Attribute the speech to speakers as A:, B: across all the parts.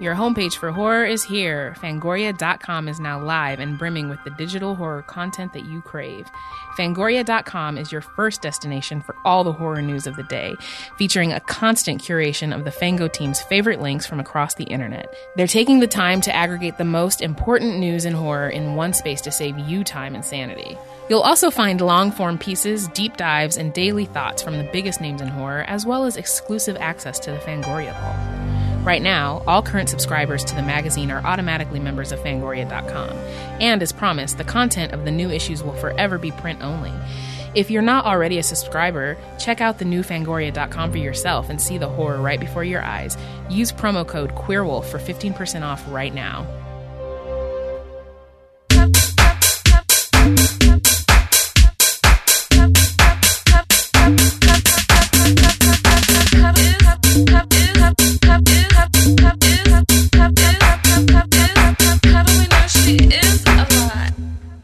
A: Your homepage for horror is here. Fangoria.com is now live and brimming with the digital horror content that you crave. Fangoria.com is your first destination for all the horror news of the day, featuring a constant curation of the Fango team's favorite links from across the internet. They're taking the time to aggregate the most important news in horror in one space to save you time and sanity. You'll also find long form pieces, deep dives, and daily thoughts from the biggest names in horror, as well as exclusive access to the Fangoria Vault. Right now, all current subscribers to the magazine are automatically members of Fangoria.com. And as promised, the content of the new issues will forever be print only. If you're not already a subscriber, check out the new Fangoria.com for yourself and see the horror right before your eyes. Use promo code QueerWolf for 15% off right now.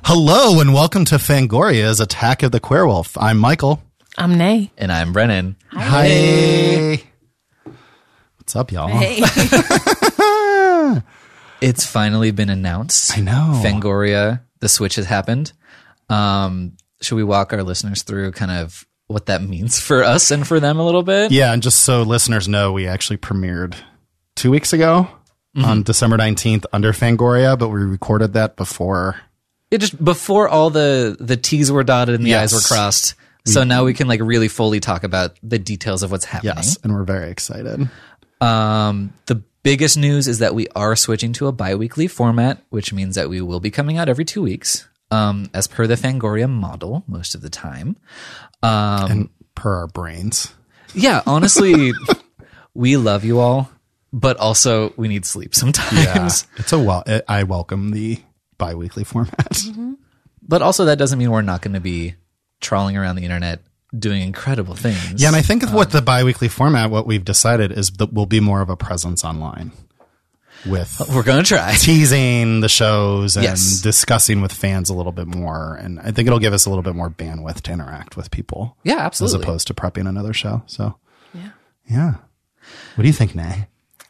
B: Hello and welcome to Fangoria's Attack of the Queerwolf. I'm Michael.
A: I'm Nay.
C: And I'm Brennan.
B: Hi. What's up, y'all?
C: It's finally been announced.
B: I know.
C: Fangoria, the switch has happened. Um, should we walk our listeners through kind of what that means for us and for them a little bit?
B: Yeah, and just so listeners know, we actually premiered two weeks ago on December 19th under Fangoria, but we recorded that before.
C: It just before all the the T's were dotted and the
B: Yes.
C: I's were crossed. So now we can like really fully talk about the details of what's happening.
B: Yes, and we're very excited.
C: Um, the biggest news is that we are switching to a bi-weekly format, which means that we will be coming out every two weeks, um, as per the Fangoria model most of the time. Um,
B: And per our brains.
C: yeah, honestly, we love you all, but also we need sleep sometimes.
B: Uh, It's a well, I welcome the bi weekly format.
C: But also that doesn't mean we're not going to be trawling around the internet doing incredible things.
B: Yeah, and I think of what the bi-weekly format, what we've decided is that we'll be more of a presence online with
C: we're going to try.
B: teasing the shows and
C: Yes.
B: discussing with fans a little bit more. And I think it'll give us a little bit more bandwidth to interact with people
C: Yeah,
B: as
C: absolutely.
B: opposed to prepping another show. So, yeah. Yeah. What do you think, Nay?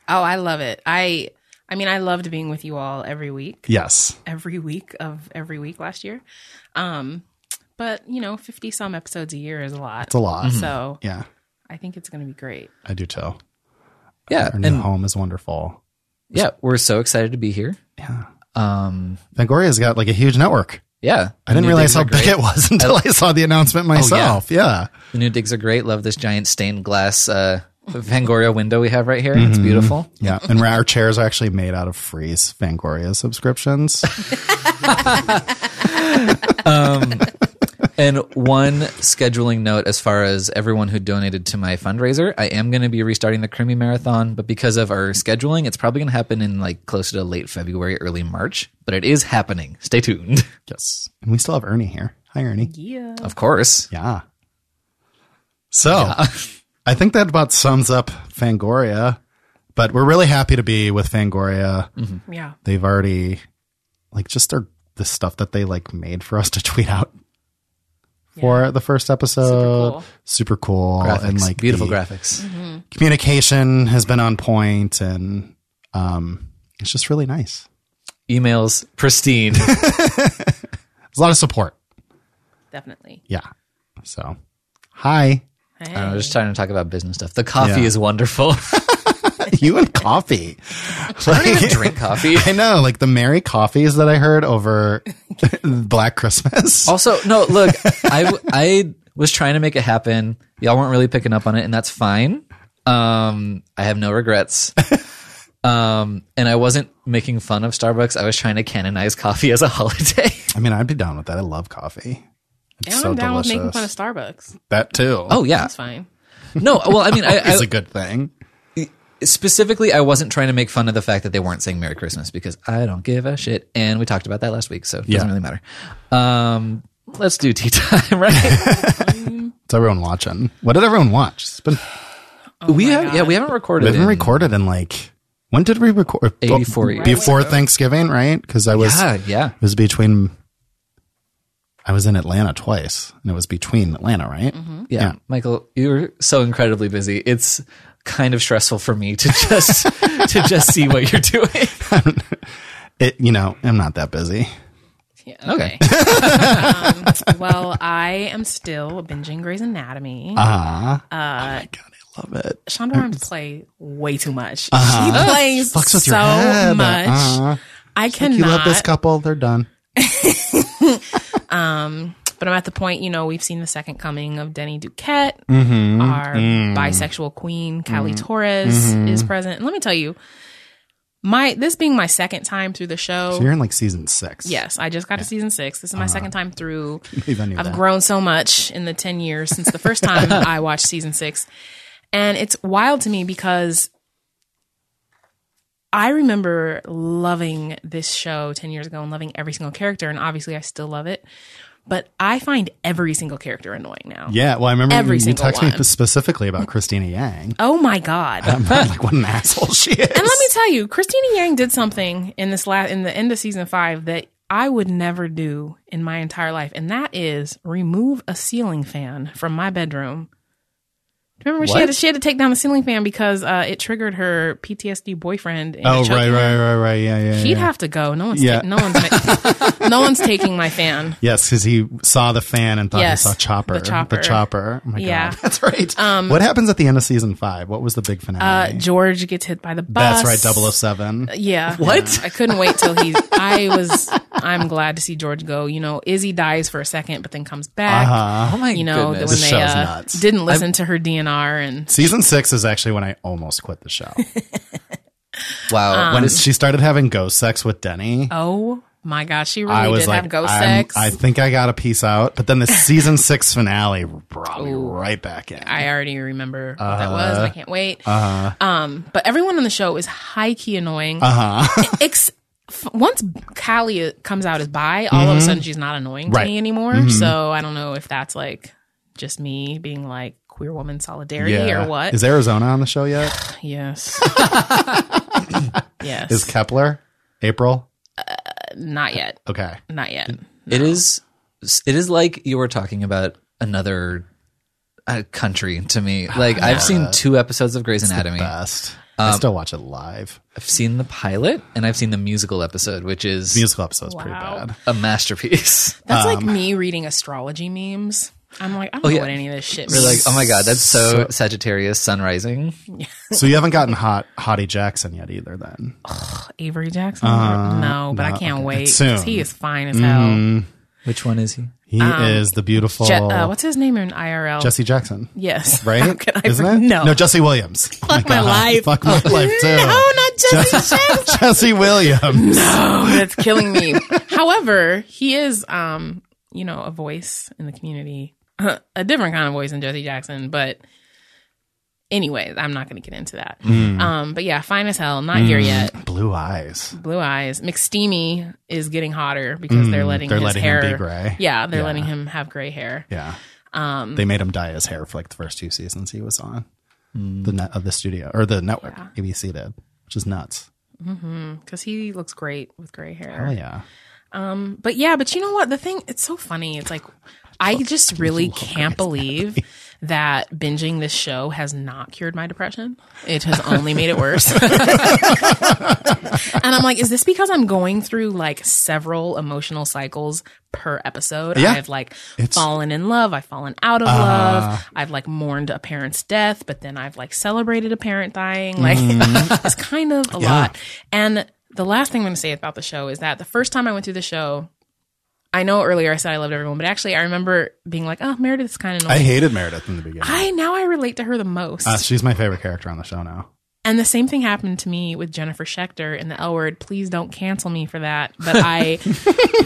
A: Oh, I love it. I I mean, I loved being with you all every week.
B: Yes.
A: every week of every week last year. Um, but you know, fifty some episodes a year is a lot.
B: It's a lot.
C: Mm-hmm.
A: So
B: Yeah,
A: I think it's going to be great.
B: I do too.
C: yeah,
B: Our new
C: and
B: home is wonderful.
C: yeah, we're so excited to be here.
B: Yeah.
C: Um,
B: Vangoria's got like a huge network.
C: yeah,
B: I didn't
C: New
B: realize
C: digs
B: how
C: are
B: big
C: great.
B: it
C: Oh,
B: was until I saw the announcement myself. yeah.
C: The new digs are great. Love this giant stained glass uh, Fangoria window we have right here.
B: Mm-hmm.
C: It's beautiful.
B: Yeah, and our chairs are actually made out of Freeze Fangoria subscriptions.
C: And one scheduling note as far as everyone who donated to my fundraiser, I am going to be restarting the Creamy Marathon, but because of our scheduling, it's probably going to happen in like closer to late February, early March, but it is happening. Stay tuned.
B: yes, and we still have Ernie here. Hi, Ernie.
A: Yeah.
C: Of course.
B: Yeah. So, I think that about sums up Fangoria. But we're really happy to be with Fangoria.
C: Mm-hmm.
A: Yeah.
B: They've already, like, just their the stuff that they like made for us to tweet out for the first episode.
A: cool.
B: Super cool,
C: Graphics.
B: and like
C: beautiful
B: the-
C: graphics.
B: communication has been on point, and um, it's just really nice.
C: Emails pristine.
B: There's a lot of support.
A: Definitely.
B: Yeah. So, hi,
A: Hey.
C: I am just trying to talk about business stuff. The coffee
B: Yeah.
C: is wonderful.
B: you and coffee.
C: I don't even drink coffee.
B: I know, like the Merry Coffees that I heard over Black Christmas.
C: Also, no, look, I, w- I was trying to make it happen. Y'all weren't really picking up on it, and that's fine. Um, I have no regrets. Um, and I wasn't making fun of Starbucks. I was trying to canonize coffee as a holiday.
B: I mean, I'd be down with that. I love coffee. It's
A: and
B: so
A: I'm down
B: delicious.
A: with making fun of Starbucks.
B: that too.
C: Oh yeah,
A: That's fine.
C: no. Well, I mean, I,
B: is
C: I
B: a good thing.
C: specifically I wasn't trying to make fun of the fact that they weren't saying Merry Christmas because I don't give a shit. And we talked about that last week, so it
B: Yeah.
C: doesn't really matter. Um, let's do tea time, right?
B: It's everyone watching. What did everyone watch? It's been
C: we have yeah, we haven't recorded.
B: Oh we haven't
C: in-
B: recorded in like when did we record?
C: 84 years
B: before Thanksgiving, right? Because I was
C: Yeah, yeah.
B: It was between. I was in Atlanta
C: Mm-hmm.
B: twice, and it was between Atlanta, right?
C: Yeah. Michael, you're so incredibly busy. It's kind of stressful for me to just to just see what you're doing.
B: It, you know, I'm not that busy.
A: Yeah, okay. um, well, I am still binging Grey's Anatomy.
B: Ah, oh my god, I love it.
A: Chandra Rhimes play way too much. She plays
B: Uh-huh. Fucks with
A: so
B: your head.
A: much.
B: Uh-huh.
A: I
B: Like,
A: cannot.
B: you love this couple? They're done.
A: But I'm at the point, you know, we've seen the second coming of Denny Duquette.
B: Mm-hmm.
A: Our
B: Mm.
A: bisexual queen, Callie Torres,
B: Mm-hmm.
A: is present. And let me tell you, my this being my second time through the show.
B: So you're in like season six.
A: Yes, I just got to season six. This is my second time through.
B: Believe I Uh-huh. knew
A: I've
B: that.
A: grown so much in the 10 years since the first time I watched season six. And it's wild to me because I remember loving this show 10 years ago and loving every single character. And obviously, I still love it. But I find every single character annoying now.
B: Yeah, well, I remember
A: Every
B: you
A: single
B: texted me
A: one.
B: specifically about Christina Yang.
A: Oh my God.
B: I'm like, what an asshole she is.
A: And let me tell you, Christina Yang did something in this last in the end of season five that I would never do in my entire life, and that is remove a ceiling fan from my bedroom. Remember, she had, to,
C: What?
A: she had to take down the ceiling fan because uh, it triggered her PTSD boyfriend. and
B: oh,
A: it choked
B: right,
A: her.
B: right, right, right. Yeah, yeah.
A: He'd
B: yeah.
A: have to go. No one's
B: Yeah.
A: ta- no one's ma- no one's taking my fan.
B: Yes, because he saw the fan and thought
A: Yes,
B: he saw Chopper.
A: the Chopper.
B: Chopper. Oh my
A: Yeah.
B: god, that's right.
A: Um,
B: what happens at the end of season five? What was the big
A: Uh,
B: finale?
A: George gets hit by the bus. Uh,
B: that's right, 007.
A: Yeah.
C: What?
A: I couldn't wait till he. I was. I'm glad to see George go. You know, Izzy dies for a second, but then comes back.
B: Uh-huh.
C: Oh my
A: You know,
C: goodness.
A: when
B: This
A: they
B: show's
A: uh,
B: nuts.
A: didn't listen to her DNR and
B: Season six is actually when I almost quit the show.
A: um,
C: wow.
B: when she started having ghost sex with Denny,
A: oh my gosh, she really
B: I
A: did
B: was like,
A: have ghost
B: I'm-
A: sex.
B: I
A: I,
B: think I got a piece out. But then the season six finale brought me right back in.
A: already remember what that was.
B: Uh-huh.
A: and I can't wait. um, but everyone on the show is high key annoying.
B: Uh-huh.
A: Ex- f- once Callie uh, comes out as bi, all of a sudden she's not annoying to
B: Mm-hmm. Right. Mm-hmm.
A: me anymore. So I don't know if that's like just me being like queer woman solidarity or what.
B: Is Arizona on the show yet?
A: yes. yes.
B: Is Kepler? April?
A: not yet.
B: Okay.
A: Not yet.
C: It is. It is like you were talking about another uh, country to me. Like I've seen two episodes of Grey's Anatomy.
B: Best. I still watch it live.
C: I've seen the pilot and I've seen the musical episode, which is
B: Musical episode's pretty
A: Wow.
B: bad.
C: a masterpiece.
A: That's like
B: Um,
A: me reading astrology memes. I'm like,
B: Oh,
A: I don't know
C: yeah.
A: what any of this shit
C: You're
A: means.
C: like, oh my god, that's so Sagittarius, sun rising.
B: So you haven't gotten hot Hottie Jackson yet either then.
A: Avery Jackson?
B: uh,
A: no, but I can't wait.
B: Soon. Mm,
A: 'cause He is fine as hell.
C: Which one is he?
B: He is the beautiful
A: Um, Je- uh, what's his name in IRL?
B: Jesse Jackson.
A: yes.
B: Right?
A: How could I
B: Isn't
A: for-
B: it?
A: No.
B: No, Jesse Williams.
A: Fuck my life.
B: Fuck my life too.
A: no, not Jesse Jackson.
B: Jesse Williams.
A: Oh, that's killing me. However, he is, um, you know, a voice in the community, a different kind of voice than Jesse Jackson. But anyway, I'm not going to get into that.
B: Hmm.
A: Um, but yeah, fine as hell. Not here yet.
B: Blue eyes.
A: Blue eyes. McSteamy is getting hotter because they're letting
B: Mm, they're
A: his
B: letting him
A: hair
B: be gray.
A: Yeah, they're
B: Yeah.
A: letting him have gray hair.
B: Yeah. Um, they made him dye his hair for like the first two seasons he was on the net of the studio or the network ABC did, which is nuts.
A: because he looks great with gray hair.
B: Oh yeah,
A: But yeah, but you know what? The thing, it's so funny. It's like, I just really can't believe that binging this show has not cured my depression. It has only made it worse. and I'm like, is this because I'm going through like several emotional cycles per episode?
B: Yeah.
A: I've like fallen in love. I've fallen out of love. I've like mourned a parent's death, but then I've like celebrated a parent dying. Like, it's kind of a lot. And the last thing I'm going to say about the show is that the first time I went through the show, I know earlier I said I loved everyone, but actually I remember being like, oh, Meredith's kind of
B: I
A: annoying.
B: hated Meredith in the beginning.
A: I, now I relate to her the most.
B: Uh, she's my favorite character on the show now.
A: and the same thing happened to me with Jennifer Schechter in the L word. Please don't cancel me for that. But I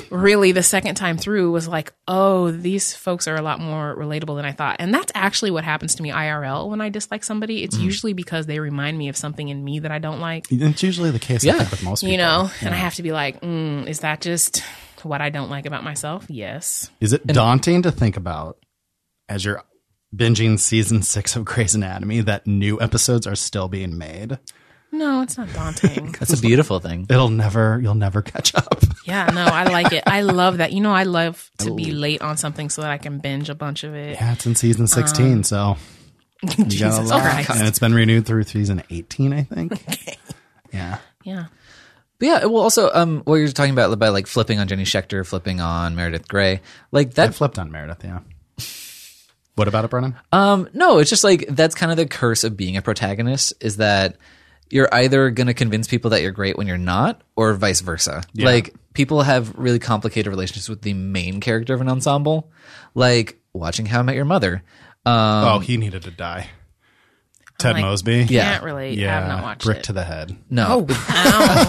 A: really, the second time through, was like, oh, these folks are a lot more relatable than I thought. And that's actually what happens to me IRL when I dislike somebody. It's usually because they remind me of something in me that I don't like.
B: It's usually the case, I
C: Yeah.
B: think, with most people.
A: You know, and I have to be like, mm, is that just what I don't like about myself? Yes.
B: is it daunting to think about as you're binging season six of Grey's Anatomy that new episodes are still being made?
A: No, it's not daunting.
C: That's a beautiful thing.
B: It'll never, you'll never catch up.
A: Yeah, no, I like it. I love that. You know, I love to be late on something so that I can binge a bunch of it.
B: Yeah, it's in season sixteen, so
A: Uh-huh. Jesus, all right.
B: And it's been renewed through season 18, I think. yeah.
A: Yeah.
C: But yeah, well, also, um, what you're talking about about like flipping on Jenny Schechter, flipping on Meredith Grey, like
B: I
C: that.
B: flipped on Meredith, yeah. What about it, Brennan?
C: Um, no, it's just like that's kind of the curse of being a protagonist is that you're either going to convince people that you're great when you're not, or vice versa. Like people have really complicated relationships with the main character of an ensemble, like watching How I Met Your Mother. Um,
B: oh, he needed to die. Ted
A: like,
B: Mosby?
C: Yeah.
A: Can't relate. I have not watched
B: brick
A: it.
B: to the head.
C: no,
A: oh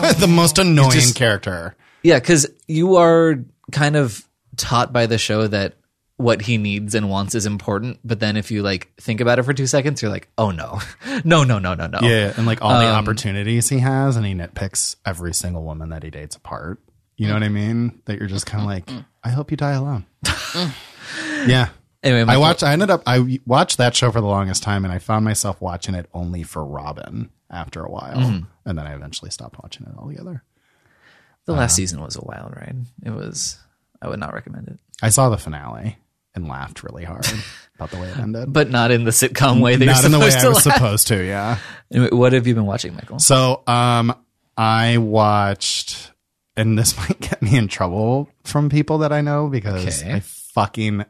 A: wow.
B: the most annoying character.
C: Yeah, because you are kind of taught by the show that what he needs and wants is important, but then if you like think about it for two seconds, you're like, oh no, no, no, no, no, no.
B: Yeah, and like all
C: Um,
B: the opportunities he has, and he nitpicks every single woman that he dates apart. You know what I mean? That you're just kind of like, I hope you die alone. yeah.
C: Anyway, my
B: I watched. I ended up. I watched that show for the longest time, and I found myself watching it only for Robin after a while,
C: Mm-hmm.
B: and then I eventually stopped watching it altogether.
C: the
B: Uh-huh.
C: last season was a wild ride. It was. I would not recommend it,
B: I saw the finale and laughed really hard about the way it ended,
C: but not in the sitcom way. That
B: not
C: you're
B: in the way
C: supposed
B: I
C: to
B: was
C: laugh.
B: supposed to. Yeah.
C: Anyway, what have you been watching, Michael?
B: So, um, I watched, and this might get me in trouble from people that I know because
C: Okay.
B: I fucking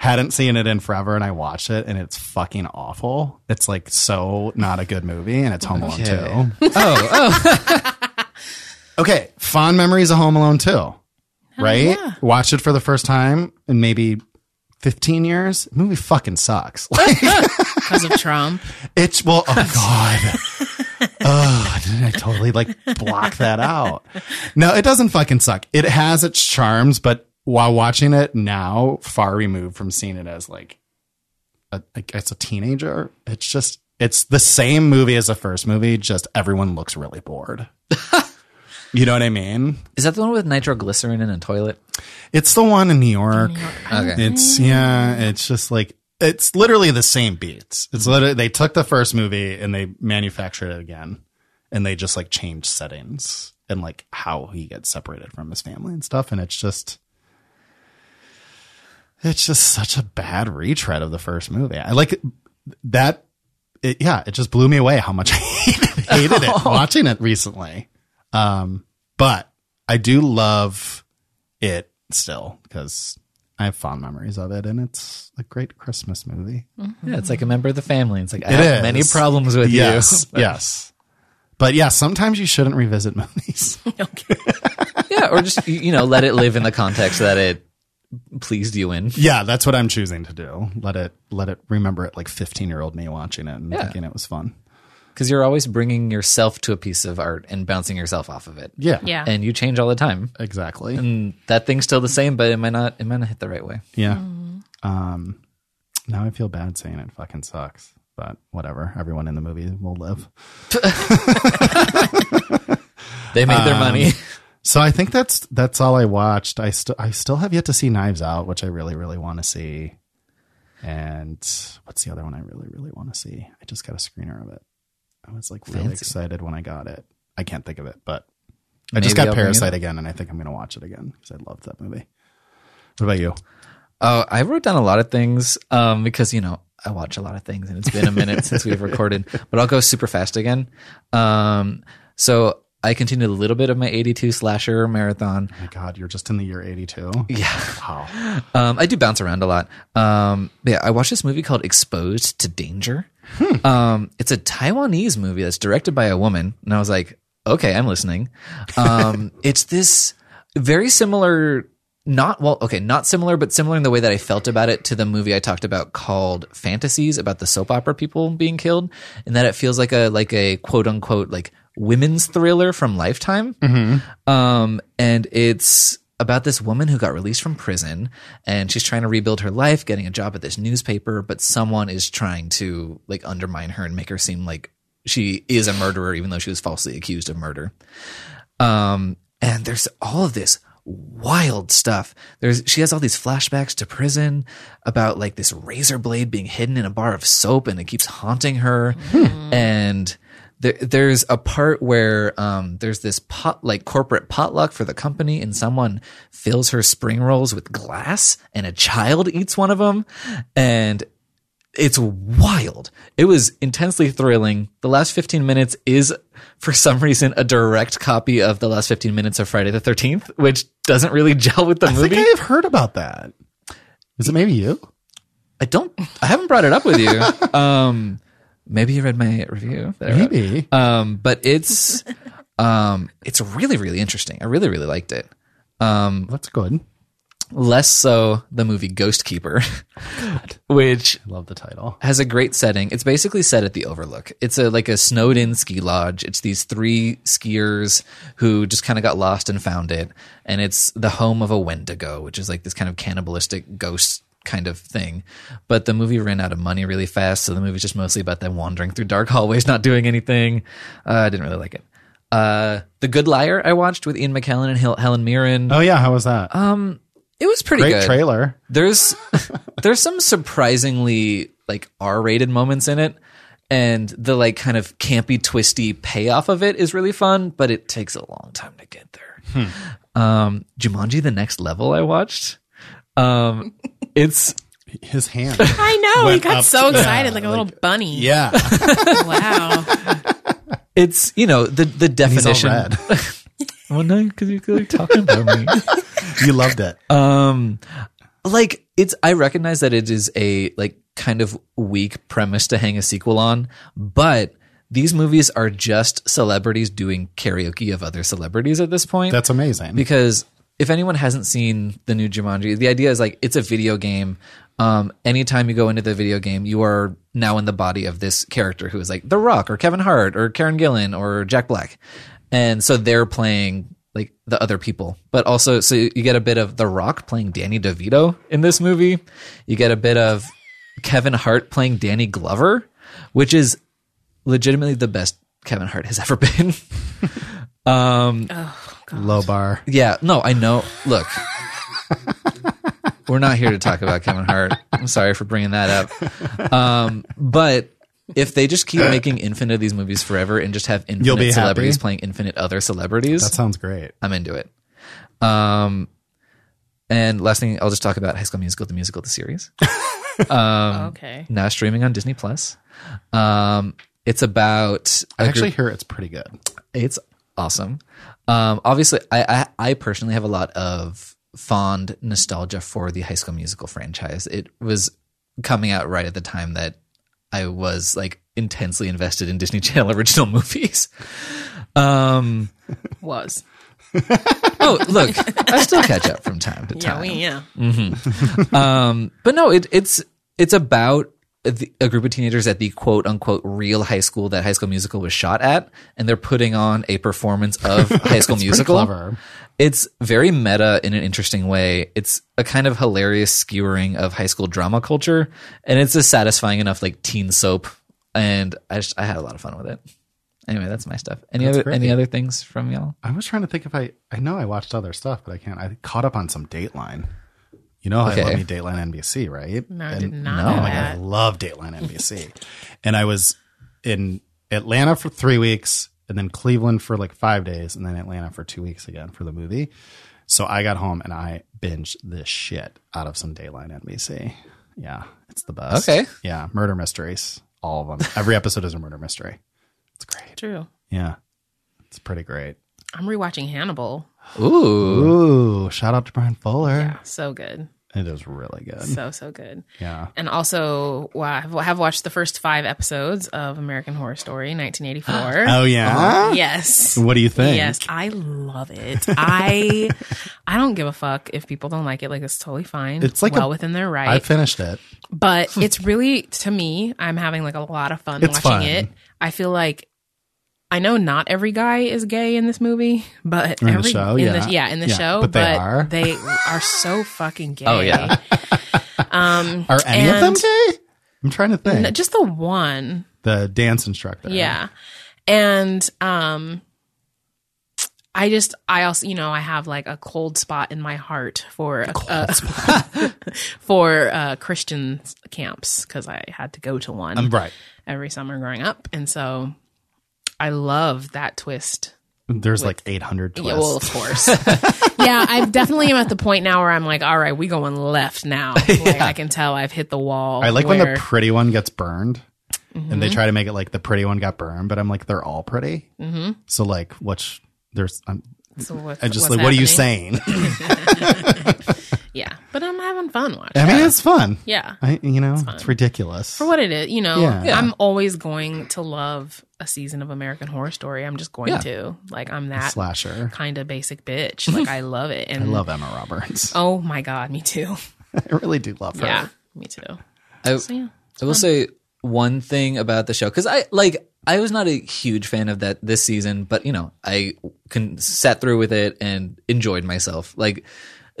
B: hadn't seen it in forever, and I watched it, and it's fucking awful. It's like so not a good movie, and it's Home Alone Two.
C: Oh, oh,
B: Okay, fond memories of Home Alone Two, right?
A: yeah.
B: Watched it for the first time in maybe fifteen years. movie fucking sucks. Like,
A: Because of Trump.
B: It's well, oh god. oh, did I totally like block that out? No, it doesn't fucking suck. It has its charms, but while watching it now, far removed from seeing it as like a, like as a teenager, it's just it's the same movie as the first movie. Just everyone looks really bored. you know what I mean?
C: is that the one with nitroglycerin in a toilet?
B: It's the one in New York.
C: Okay,
B: It's yeah, it's just like it's literally the same beats. It's literally they took the first movie and they manufactured it again, and they just like changed settings and like how he gets separated from his family and stuff. And it's just, it's just such a bad retread of the first movie. I like it- that. It, yeah, it just blew me away how much I hated, hated it watching it recently. Um, but I do love it still because I have fond memories of it, and it's a great Christmas movie.
C: yeah, it's like a member of the family. It's like I
B: It
C: have
B: is.
C: many problems with
B: yes,
C: you.
B: yes, but yeah, sometimes you shouldn't revisit movies.
C: yeah, or just you you know let it live in the context that it pleased you in.
B: yeah, that's what I'm choosing to do. Let it, let it remember it like 15 year old me watching it and
C: Yeah.
B: thinking it was fun.
C: because you're always bringing yourself to a piece of art and bouncing yourself off of it.
B: Yeah,
A: Yeah.
C: And you change all the time.
B: exactly.
C: And that thing's still the same, but it might not. It might not hit the right way.
B: yeah. Um, now I feel bad saying it fucking sucks, but whatever. Everyone in the movie will live.
C: They made their money.
B: So Um, I think that's that's all I watched. I still I still have yet to see Knives Out, which I really really want to see. And what's the other one I really really want to see? I just got a screener of it. I was like really
C: Fancy.
B: excited when I got it. I can't think of it, but I just
C: Maybe
B: got
C: I'll bring it
B: Parasite again, and I think I'm going to watch it again because I love that movie. What about you?
C: Oh, I wrote down a lot of things um, because you know I watch a lot of things, and it's been a minute since we've recorded. But I'll go super fast again. Um, so I continued a little bit of my '82 slasher marathon.
B: My God, you're just in the year 82.
C: Yeah.
B: Wow.
C: Um, I do bounce around a lot. Um, but yeah, I watched this movie called Exposed to Danger. Um, it's a Taiwanese movie that's directed by a woman, and I was like, okay, I'm listening. Um, it's this very similar, not well, okay, not similar, but similar in the way that I felt about it to the movie I talked about called Fantasies about the soap opera people being killed, and that it feels like a like a quote unquote like women's thriller from Lifetime. Um, and it's about this woman who got released from prison and she's trying to rebuild her life, getting a job at this newspaper, but someone is trying to like undermine her and make her seem like she is a murderer, even though she was falsely accused of murder. Um, and there's all of this wild stuff. There's she has all these flashbacks to prison about like this razor blade being hidden in a bar of soap and it keeps haunting her. And there, there's a part where um, there's this pot like corporate potluck for the company, and someone fills her spring rolls with glass, and a child eats one of them, and it's wild. It was intensely thrilling. The last 15 minutes is, for some reason, a direct copy of the last 15 minutes of Friday the 13th, which doesn't really gel with the
B: I
C: movie.
B: think I have heard about that. Is it maybe you?
C: I don't. I haven't brought it up with you. um, maybe you read my review. that I wrote.
B: Maybe.
C: Um, but it's, um, it's really, really interesting. I really, really liked it. Um,
B: That's good.
C: less so the movie Ghost Keeper, which
B: I love the title.
C: has a great setting. It's basically set at the Overlook. It's a like a snowed in ski lodge. It's these three skiers who just kind of got lost and found it, and it's the home of a Wendigo, which is like this kind of cannibalistic ghost kind of thing. But the movie ran out of money really fast, so the movie's just mostly about them wandering through dark hallways, not doing anything. Uh, I didn't really like it. Uh, the Good Liar I watched with Ian McKellen and Hel- Helen Mirren.
B: Oh yeah, how was that?
C: it was pretty
B: Great
C: good
B: trailer.
C: there's there's some surprisingly like R-rated moments in it and the like kind of campy twisty payoff of it is really fun but it takes a long time to get there.
B: Hmm.
C: Um Jumanji the next level I watched um it's
B: His hand.
A: I know. He
B: Went
A: got
B: up
A: so
B: to-
A: excited,
B: yeah,
A: like a little bunny.
B: yeah.
A: Wow.
C: it's you know the the
B: He's all
C: definition
B: red.
C: well no cuz you're clearly talking about me.
B: you loved it.
C: Um, like it's I recognize that it is a like kind of weak premise to hang a sequel on, but these movies are just celebrities doing karaoke of other celebrities at this point
B: That's amazing.
C: because if anyone hasn't seen the new Jumanji, the idea is like it's a video game. Um, anytime you go into the video game, you are now in the body of this character who is like The Rock or Kevin Hart or Karen Gillan or Jack Black, and so they're playing like the other people. But also, so you get a bit of The Rock playing Danny DeVito in this movie. You get a bit of Kevin Hart playing Danny Glover, which is legitimately the best Kevin Hart has ever been.
B: Low bar.
C: Yeah, no, I know. Look, we're not here to talk about Kevin Hart. I'm sorry for bringing that up. Um, but if they just keep making infinite of these movies forever and just have
B: You'll be
C: infinite
B: happy.
C: celebrities playing infinite other celebrities,
B: That sounds great.
C: I'm into it. Um, and last thing, I'll just talk about High School Musical, the musical, the series
A: okay.
C: now streaming on Disney Plus. Um, it's about
B: I
C: a group-
B: actually hear it's pretty good.
C: It's awesome. Um, obviously, I, I I personally have a lot of fond nostalgia for the High School Musical franchise. It was coming out right at the time that I was like intensely invested in Disney Channel original movies. Um,
A: Was.
C: oh, look, I still catch up from time to
A: Yeah,
C: time.
A: we, yeah.
C: Um, but no, it, it's it's about the, a group of teenagers at the quote unquote real high school that High School Musical was shot at, and they're putting on a performance of High School Musical.
B: clever.
C: It's very meta in an interesting way. It's a kind of hilarious skewering of high school drama culture, and it's a satisfying enough like teen soap. And I just, I had a lot of fun with it. Anyway, that's my stuff. Any other
B: great.
C: any other things from y'all?
B: I was trying to think if I I know I watched other stuff, but I can't. I caught up on some Dateline. You know, I
C: Okay.
B: love me Dateline NBC, right?
A: No, I
B: And-
A: did not
C: no,
A: know
B: Oh my God, I
A: that.
B: love Dateline NBC. and I was in Atlanta for three weeks and then Cleveland for like five days and then Atlanta for two weeks again for the movie. So I got home and I binged the shit out of some Dateline NBC. Yeah, it's the best.
C: Okay.
B: Yeah, murder mysteries, all of them. Every episode is a murder mystery. It's great.
A: True.
B: Yeah, it's pretty great.
A: I'm rewatching Hannibal.
C: Ooh,
B: Ooh, shout out to Brian Fuller.
A: Yeah, so good.
B: It is really good.
A: So, so good.
B: yeah.
A: And also, well, I have- have watched the first five episodes of American Horror Story 1984.
B: Oh yeah.
A: yes.
B: What do you think?
A: Yes, I love it. I I don't give a fuck if people don't like it. Like it's totally fine.
B: It's like
A: well
B: a-
A: within their
B: I
A: right.
B: finished it.
A: but it's really to me, I'm having like a lot of fun
B: It's
A: watching
B: fun.
A: it. I feel like I know not every guy is gay in this movie, but
B: in the
A: every
B: show,
A: in
B: yeah.
A: the, yeah, in the
B: Yeah,
A: show,
B: but they are.
A: they are so fucking gay.
C: Oh, yeah.
A: um,
B: Are any of them
A: and-
B: gay? I'm trying to think.
A: just the one.
B: the dance instructor.
A: Yeah. And um I just I also you know I have like a cold spot in my heart for uh, for uh Christian camps cuz I had to go to one
B: I'm right.
A: every summer growing up and so I love that twist
B: There's like 800 twists.
A: Yeah, well, of course. yeah, I definitely am at the point now where I'm like, all right, we going left now. Like, I can tell I've hit the wall.
B: I like when
A: where- Mm-hmm.
B: the pretty one gets burned and they try to make it like the pretty one got burned, but I'm like, they're all pretty. Mm-hmm. So, like, what's there's, I'm,
A: So what's-
B: I'm just
A: what's
B: like, what are you
A: happening?
B: saying?
A: Yeah, but I'm having fun watching.
B: I mean, it's fun.
A: Yeah.
B: I, you know, it's, ridiculous.
A: For what it is, you know,
B: Yeah.
A: I'm always going to love a season of American Horror Story. I'm just going
C: Yeah.
A: to. Like, I'm that
B: Slasher.
A: kind of basic bitch. Like, I love it. And
B: I love Emma Roberts.
A: Oh my God, me too.
B: I really do love her.
A: Yeah, me too.
C: I,
A: So, yeah.
C: I will say one thing about the show because I like I was not a huge fan of that this season, but you know I can sat through with it and enjoyed myself. Like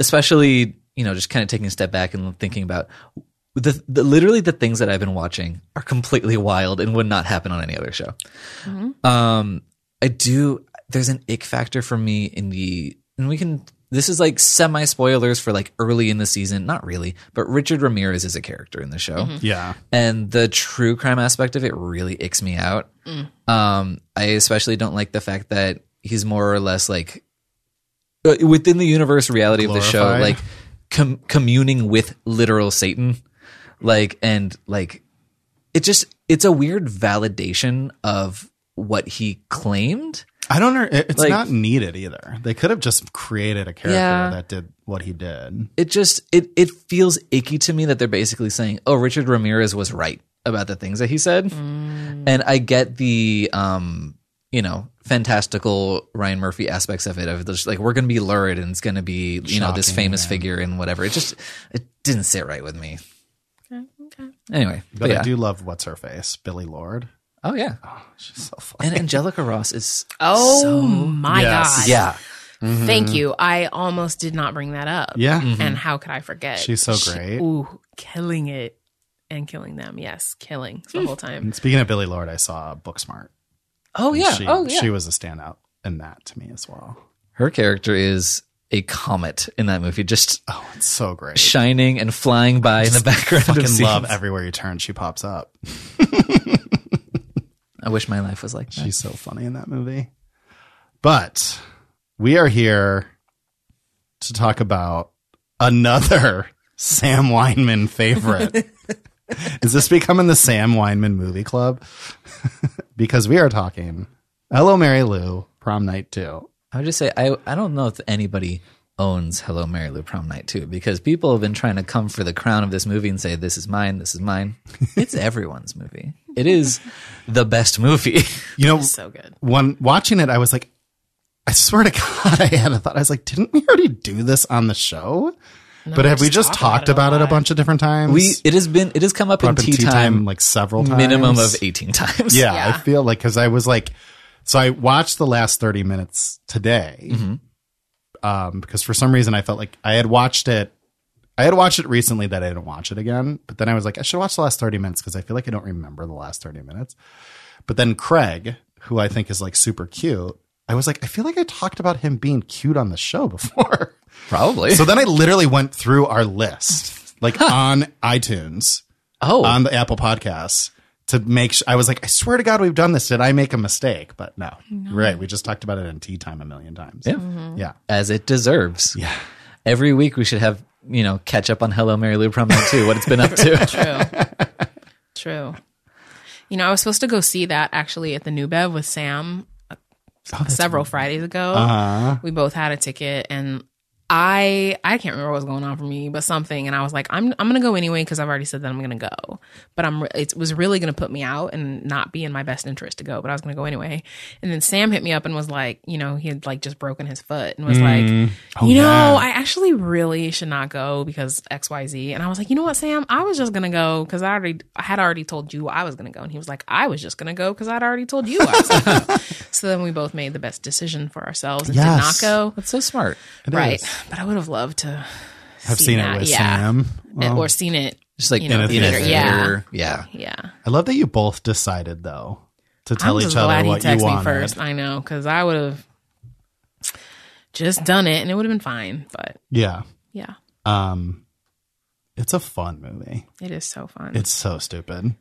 C: especially you know just kind of taking a step back and thinking about the, the literally the things that I've been watching are completely wild and would not happen on any other show. Um, I do. There's an ick factor for me in the, and we can. This is like semi spoilers for like early in the season, not really, but Richard Ramirez is a character in the show
B: Yeah.
C: and the true crime aspect of it really icks me out. Um, I especially don't like the fact that he's more or less like uh, within the universe reality of the show,
B: Glorified.
C: like com- communing with literal Satan, like and like it just it's a weird validation of what he claimed.
B: I don't know. it- It's
C: Like-
B: not needed either. They could have just created a character
C: Yeah.
B: that did what he did.
C: It just it it feels icky to me that they're basically saying, "Oh, Richard Ramirez was right about the things that he said."
A: Mm.
C: And I get the um, you know, fantastical Ryan Murphy aspects of it of just like we're going to be lurid and it's going to be, you know, this
B: Shocking
C: famous
B: and-
C: figure and whatever. It just it didn't sit right with me.
A: Okay, okay.
C: Anyway, but,
B: But
C: yeah.
B: I do love what's her face, Billy Lord.
C: Oh yeah.
B: She's so funny.
C: And Angelica Ross is
A: Oh
C: so-
A: my
B: Yes.
A: God.
C: yeah.
A: Thank you. I almost did not bring that up.
B: Mm-hmm.
A: Mm-hmm.
B: Yeah.
A: And how could I forget?
B: She's so
A: She-
B: great.
A: ooh, killing it and killing them. Yes, killing the whole time.
B: And speaking of Billy Lord, I saw Booksmart.
C: Oh yeah.
B: She,
C: oh yeah.
B: She was a standout in that to me as well.
C: Her character is a comet in that movie just
B: Oh, it's so great.
C: shining and flying by in the background
B: fucking
C: of
B: love
C: scenes.
B: everywhere you turn. She pops up.
C: I wish my life was like that.
B: She's so funny in that movie. But we are here to talk about another Sam Weinman favorite. Is this becoming the Sam Weinman movie club? because we are talking Hello Mary Lou, prom night two.
C: I would just say I I don't know if anybody owns Hello Mary Lou Prom Night too because people have been trying to come for the crown of this movie and say this is mine, this is mine. It's everyone's movie. It is the best movie.
B: You know,
A: So good.
B: when watching it, I was like, I swear to God, I had a thought. I was like, didn't we already do this on the show? but have we just talked about, it, a bunch of different times?
C: We it has been it has come up in
B: up in
C: tea time,
B: like several times.
C: minimum of 18 times.
B: Yeah,
A: Yeah.
B: I feel like because I was like, so I watched the last thirty minutes today,
C: Mm-hmm.
B: um, because for some reason I felt like I had watched it. I had watched it recently that I didn't watch it again, but then I was like, I should watch the last thirty minutes because I feel like I don't remember the last thirty minutes. But then Craig, who I think is like super cute, I was like, I feel like I talked about him being cute on the show before.
C: Probably.
B: so then I literally went through our list, like on iTunes,
C: oh,
B: on the Apple Podcasts to make sure. I was like, I swear to God, we've done this. Did I make a mistake? But no, right. We just talked about it in tea time a million times.
C: Yeah.
B: Yeah.
C: as it deserves.
B: Yeah.
C: Every week we should have, you know, catch up on Hello Mary Lou Prom Night too, what it's been up to.
A: True. True. You know, I was supposed to go see that actually at the New Bev with Sam several Fridays ago. We both had a ticket and I I can't remember what was going on for me, but something and I was like I'm I'm going to go anyway cuz I've already said that I'm going to go. But I'm re- it was really going to put me out and not be in my best interest to go, but I was going to go anyway. And then Sam hit me up and was like, you know, he had like just broken his foot and was like, you know, I actually really should not go because XYZ. And I was like, you know what, Sam? I was just gonna go because I already I had already told you I was gonna go. And he was like, I was just gonna go because I'd already told you I was gonna go. So then we both made the best decision for ourselves and
B: Yes.
A: did not go.
C: That's so smart.
B: It
A: Right.
B: is.
A: But I would have loved to
B: I've
A: see
B: seen
A: that,
B: it with
A: yeah.
B: Sam. Well,
A: or seen it.
C: Just like
A: You know,
C: in a
B: theater,
A: yeah.
C: Yeah.
A: Yeah.
B: I love that you both decided, though, to tell
A: I'm
B: each
A: just
B: other
A: glad he
B: what you
A: texted me
B: wanted.
A: first. I know, because I would have just done it and it would have been fine. But
B: Yeah.
A: yeah,
B: Um, it's a fun movie.
A: it is so fun.
B: It's so stupid.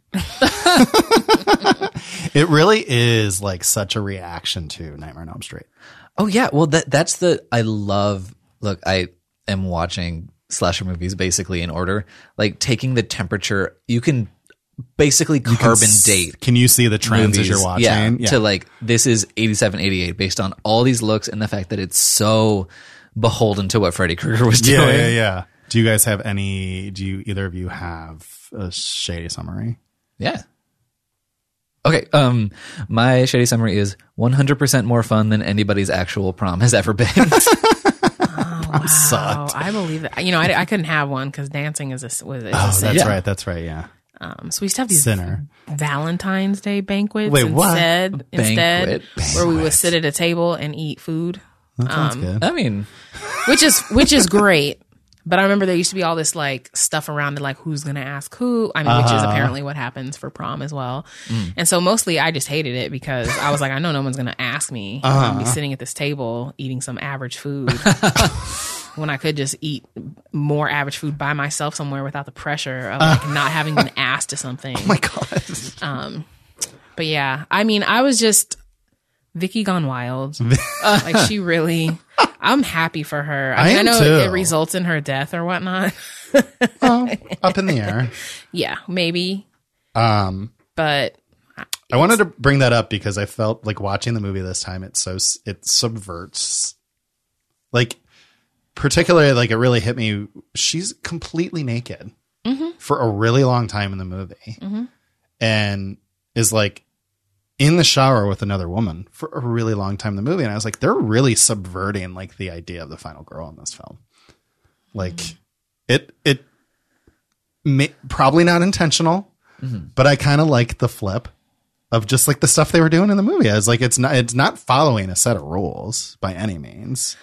B: It really is like such a reaction to Nightmare on Elm Street.
C: Oh yeah, well that that's the I love. Look, I am watching slasher movies basically in order, like taking the temperature. You can basically carbon
B: S-
C: date
B: Can you see the trends as
C: movies,
B: you're watching?
C: Yeah, to like this is 87 88 based on all these looks and the fact that it's so beholden to what Freddy Krueger was doing.
B: yeah, yeah, yeah. Do you guys have any? Do you either of you have a shady summary?
C: Yeah. Okay, um my shady summary is 100% more fun than anybody's actual prom has ever been.
A: wow. I believe that. You know, I, I couldn't have one because dancing is a, s- was, is a
B: Oh,
A: sin.
B: that's
C: Yeah.
B: right. That's right. Yeah.
A: Um, so we used to have these
B: Sinner.
A: Valentine's Day banquets
B: Wait, what?
A: instead, instead
C: banquet?
A: where we would sit at a table and eat food,
B: That sounds good.
C: I mean,
A: which is which is great. But I remember there used to be all this like stuff around it, like who's gonna ask who. I mean, which is apparently what happens for prom as well. And so mostly I just hated it because I was like, I know no one's gonna ask me. I'm gonna be sitting at this table eating some average food when I could just eat more average food by myself somewhere without the pressure of like not having been asked to something.
B: my god.
A: But yeah, I mean, I was just Vicky gone wild. like she really. I'm happy for her.
B: I
A: I, mean, I
B: am
A: know
B: too.
A: it results in her death or whatnot.
B: oh, up in the air.
A: yeah, maybe.
B: Um,
A: But
B: I wanted to bring that up because I felt like watching the movie this time. It's so s- it subverts, like particularly like it really hit me. She's completely naked for a really long time in the movie, and is like in the shower with another woman for a really long time in the movie. And I was like, they're really subverting like the idea of the final girl in this film. Like it it may, probably not intentional, but I kind of like the flip of just like the stuff they were doing in the movie. I was like, it's not it's not following a set of rules by any means.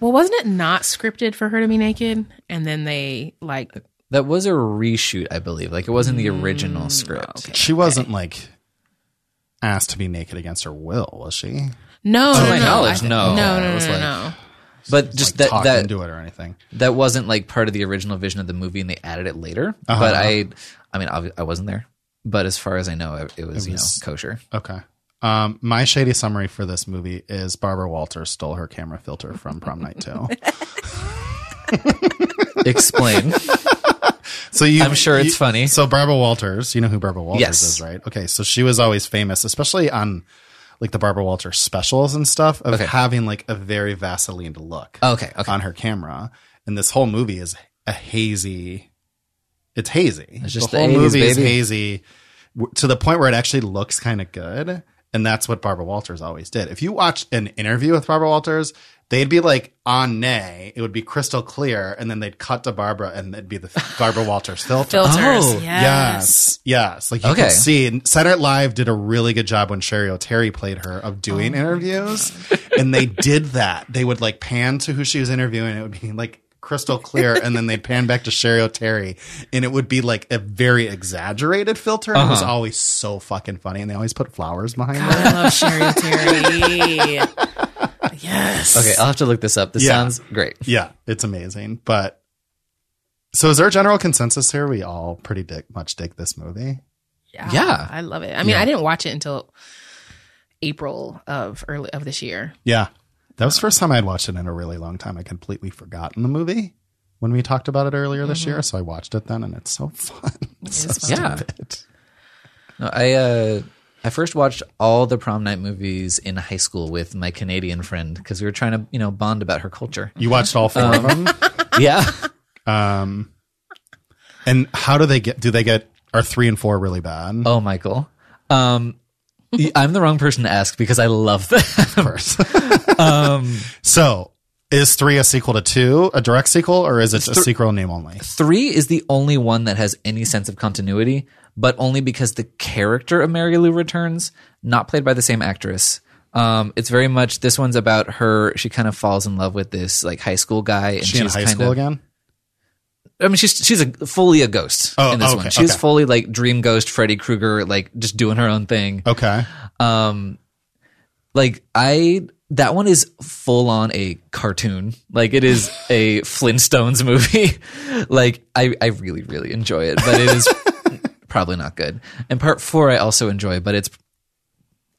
A: well, wasn't it not scripted for her to be naked? And then they like
C: that was a reshoot, I believe. Like it wasn't the
B: Mm,
C: original script.
B: She wasn't like asked to be naked against her will, was she?
A: no, no,
C: my
A: no,
C: knowledge,
A: no,
C: no.
A: no,
C: It
A: no,
C: was
A: no,
C: like-
A: no.
C: But just
B: like,
C: that
B: talked
C: that
B: into it or anything.
C: that wasn't like part of the original vision of the movie and they added it later
B: Uh-huh,
C: but i i mean obvi- i wasn't there but as far as i know it, it, was, you know
B: was-
C: kosher
B: Okay. Um, my shady summary for this movie is Barbara Walters stole her camera filter from prom night two.
C: explain
B: So you,
C: I'm sure it's
B: you-
C: funny.
B: So Barbara Walters, you know who Barbara Walters
C: Yes.
B: is, right? Okay, so she was always famous, especially on like the Barbara Walters specials and stuff, of
C: Okay.
B: having like a very Vaseline look
C: okay okay
B: on her camera. And this whole movie is a hazy. It's hazy. It's
C: just
B: the
C: the
B: whole
C: 80s,
B: movie is
C: baby.
B: hazy w- to the point where it actually looks kind of good. And that's what Barbara Walters always did. If you watch an interview with Barbara Walters, they'd be like on nay. It would be crystal clear, and then they'd cut to Barbara, and it'd be the Barbara Walters filter.
A: Filters,
C: Oh,
A: yes.
B: Yes. Yes. Like you
C: Okay.
B: can see, and Saturday Night Live did a really good job when Sherry O'Terry played her of doing interviews. and they did that. They would like pan to who she was interviewing. It would be like crystal clear. and then they'd pan back to Sherry O'Terry and it would be like a very exaggerated filter. And It was always so fucking funny. And they always put flowers behind it.
A: I love Sherry Terry. yes.
C: okay uh, i'll have to look this up this
B: Yeah.
C: sounds great
B: Yeah. It's amazing. But so is there a general consensus here? We all pretty dig, much dig this movie.
C: Yeah.
A: I love it. I mean, I didn't watch it until April of early of this year.
B: Yeah. That was the first time I'd watched it in a really long time. I completely forgotten the movie when we talked about it earlier this year. So I watched it then and it's so fun. It's
A: is
B: so
A: fun.
C: Mm-hmm. Yeah.
B: stupid.
C: no, i uh i first watched all the prom night movies in high school with my canadian friend because we were trying to you know bond about her culture
B: You watched all four of
C: Uh-huh.
B: them.
C: yeah
B: Um, and how do they get, do they get, are three and four really bad?
C: oh michael um y- i'm the wrong person to ask because i love them
B: Of course.
C: Um,
B: so is three a sequel to two, a direct sequel, or is it a sequel name only?
C: Three is the only one that has any sense of continuity, but only because the character of Mary Lou returns, not played by the same actress. Um, it's very much this one's about her. She kind of falls in love with this like high school guy, and
B: She in
C: she's
B: high
C: kind
B: school
C: of.
B: again?
C: I mean, she's she's a, fully a ghost
B: Oh,
C: in this
B: okay,
C: one. She's
B: okay.
C: fully like dream ghost, Freddy Krueger, like just doing her own thing
B: Okay.
C: um like i that one is full on a cartoon like it is a flintstones movie like i i really really enjoy it but it is probably not good and part four i also enjoy but it's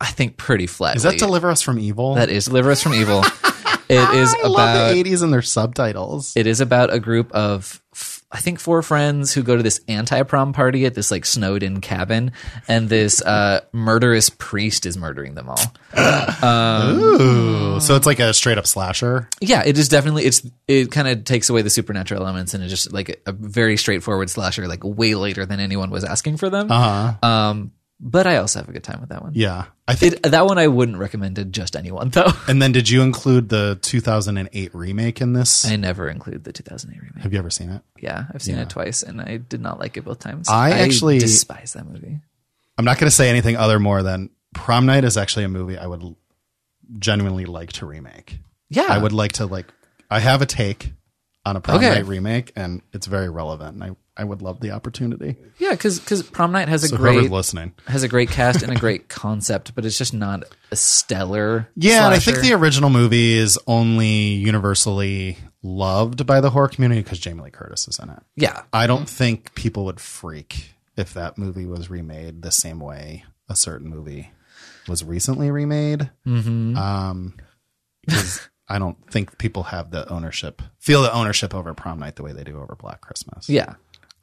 C: I think, pretty flat.
B: Is that Deliver Us from Evil?
C: That is Deliver Us from Evil. it is
B: I love
C: about
B: the 80s and their subtitles.
C: it is about a group of f- I think four friends who go to this anti-prom party at this like snowed in cabin and this uh, murderous priest is murdering them all.
B: Ooh. So it's like a straight up slasher.
C: Yeah, it is definitely it's it kind of takes away the supernatural elements and it's just like a, a very straightforward slasher like way later than anyone was asking for them.
B: Uh huh.
C: Um but I also have a good time with that one.
B: Yeah. I think.
C: It, that one I wouldn't recommend to just anyone though.
B: and then did you include the 2008 remake in this?
C: I never include the 2008 remake.
B: Have you ever seen it?
C: Yeah, I've seen it twice and I did not like it both times.
B: I actually-
C: despise that movie.
B: I'm not going to say anything other more than Prom Night is actually a movie I would l- genuinely like to remake.
C: Yeah,
B: I would like to like. I have a take on a Prom
C: Okay.
B: Night remake, and it's very relevant. And I I would love the opportunity.
C: Yeah, because prom night has a
B: So
C: great
B: whoever's listening,
C: has a great cast and a great concept, but it's just not a stellar.
B: yeah, and I
C: slasher.
B: think the original movie is only universally loved by the horror community because Jamie Lee Curtis is in it.
C: yeah
B: I don't think people would freak if that movie was remade the same way a certain movie was recently remade. Um, because I don't think people have the ownership, feel the ownership over prom night the way they do over Black Christmas.
C: yeah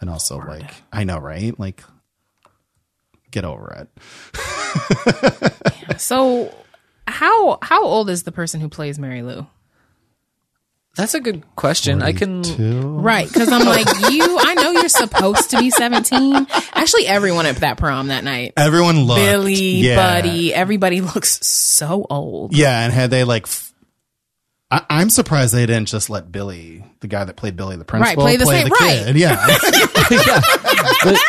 B: And also, like, I know, right? Like, get over it.
A: So, how how old is the person who plays Mary Lou?
C: that's a good question. I can
B: Two.
A: Right, because I'm like you. I know you're supposed to be 17. Actually, everyone at that prom that night,
B: Everyone looked.
A: Billy,
B: yeah.
A: Buddy, everybody looks so old.
B: Yeah, and had they like, f- I- I'm surprised they didn't just let Billy, the guy that played Billy the principal,
A: play the same- right.
B: kid. Yeah,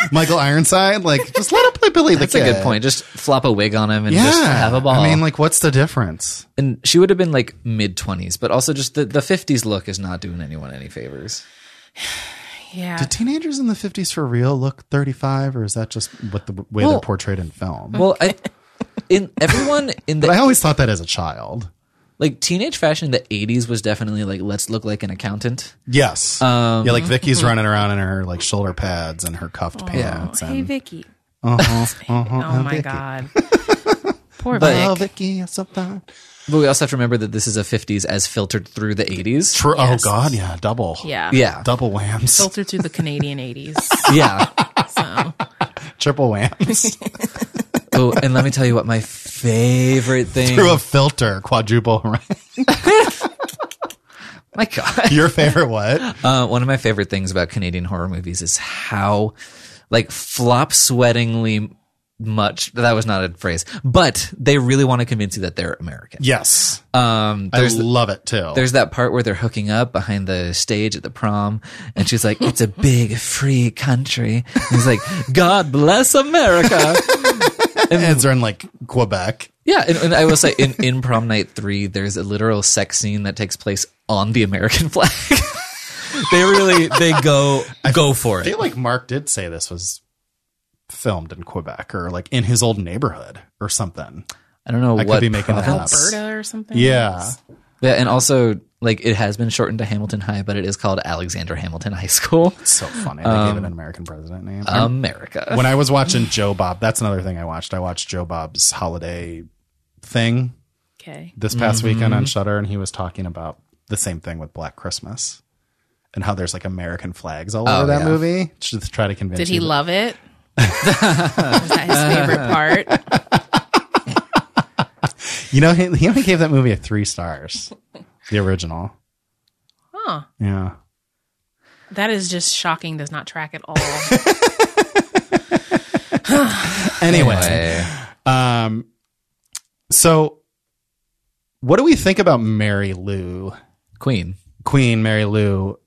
B: Michael Ironside, like just let him play Billy
C: that's
B: the
C: a
B: kid.
C: good point. Just flop a wig on him and
B: Yeah,
C: just have a ball.
B: I mean, like, what's the difference?
C: and she would have been like mid twenties, but also just the the fifties look is not doing anyone any favors.
A: Yeah.
B: Do teenagers in the 50s for real look 35, or is that just what the way they're
C: Well-
B: portrayed in film?
C: Well, I in everyone in
B: but I
C: the
B: always thought that as a child.
C: like teenage fashion, in the eighties was definitely like let's look like an accountant.
B: Yes.
C: Um,
B: yeah, like Vicky's running around in her like shoulder pads and her cuffed pants.
A: mm-hmm. Oh, Hey,
B: and,
A: Vicky.
B: uh-huh, uh-huh,
A: Oh
B: and
A: my
B: Vicky.
A: God. Poor
C: But-
B: Oh,
A: Vic.
B: Vicky, so fine.
C: But we also have to remember that this is a fifties as filtered through the eighties.
B: Tr- Oh God, yeah, double.
A: Yeah.
C: Yeah,
B: double whams,
A: Filtered through the Canadian 80s.
C: yeah.
A: So,
B: triple whams
C: Oh, and let me tell you what my favorite thing.
B: through a filter, quadruple. Right?
C: my God,
B: Your favorite what?
C: uh, one of my favorite things about Canadian horror movies is how, like, flop sweatingly much. That was not a phrase, but they really want to convince you that they're American.
B: yes,
C: Um,
B: I
C: there's
B: love it too.
C: there's that part where they're hooking up behind the stage at the prom, and she's like, "It's a big free country." And he's like, "God bless America."
B: and they're in like Quebec.
C: Yeah, and, and I will say in, in prom night three, there's a literal sex scene that takes place on the American flag. they really they go go for
B: I
C: it.
B: feel like Mark did say this was filmed in Quebec or like in his old neighborhood or something.
C: I don't know
B: I could
C: what
B: be making that
C: province.
B: up.
A: Alberta or something?
B: Yeah,
C: Yeah, and also like it has been shortened to Hamilton High, but it is called Alexander Hamilton High School,
B: it's so funny. They gave it an American president name.
C: America.
B: when I was watching Joe Bob, that's another thing I watched. I watched Joe Bob's holiday thing
A: Okay.
B: this past weekend on Shutter, and he was talking about the same thing with Black Christmas and how there's like American flags all over that
C: yeah.
B: movie just to try to convince.
A: Did he
B: you that-
A: love it? Was that his favorite part?
B: You know, he, he only gave that movie a three stars, the original.
A: Huh.
B: Yeah,
A: That is just shocking. Does not track at all.
B: Anyway.
C: Anyway,
B: Um, so what do we think about Mary Lou,
C: Queen.
B: Queen Mary Lou,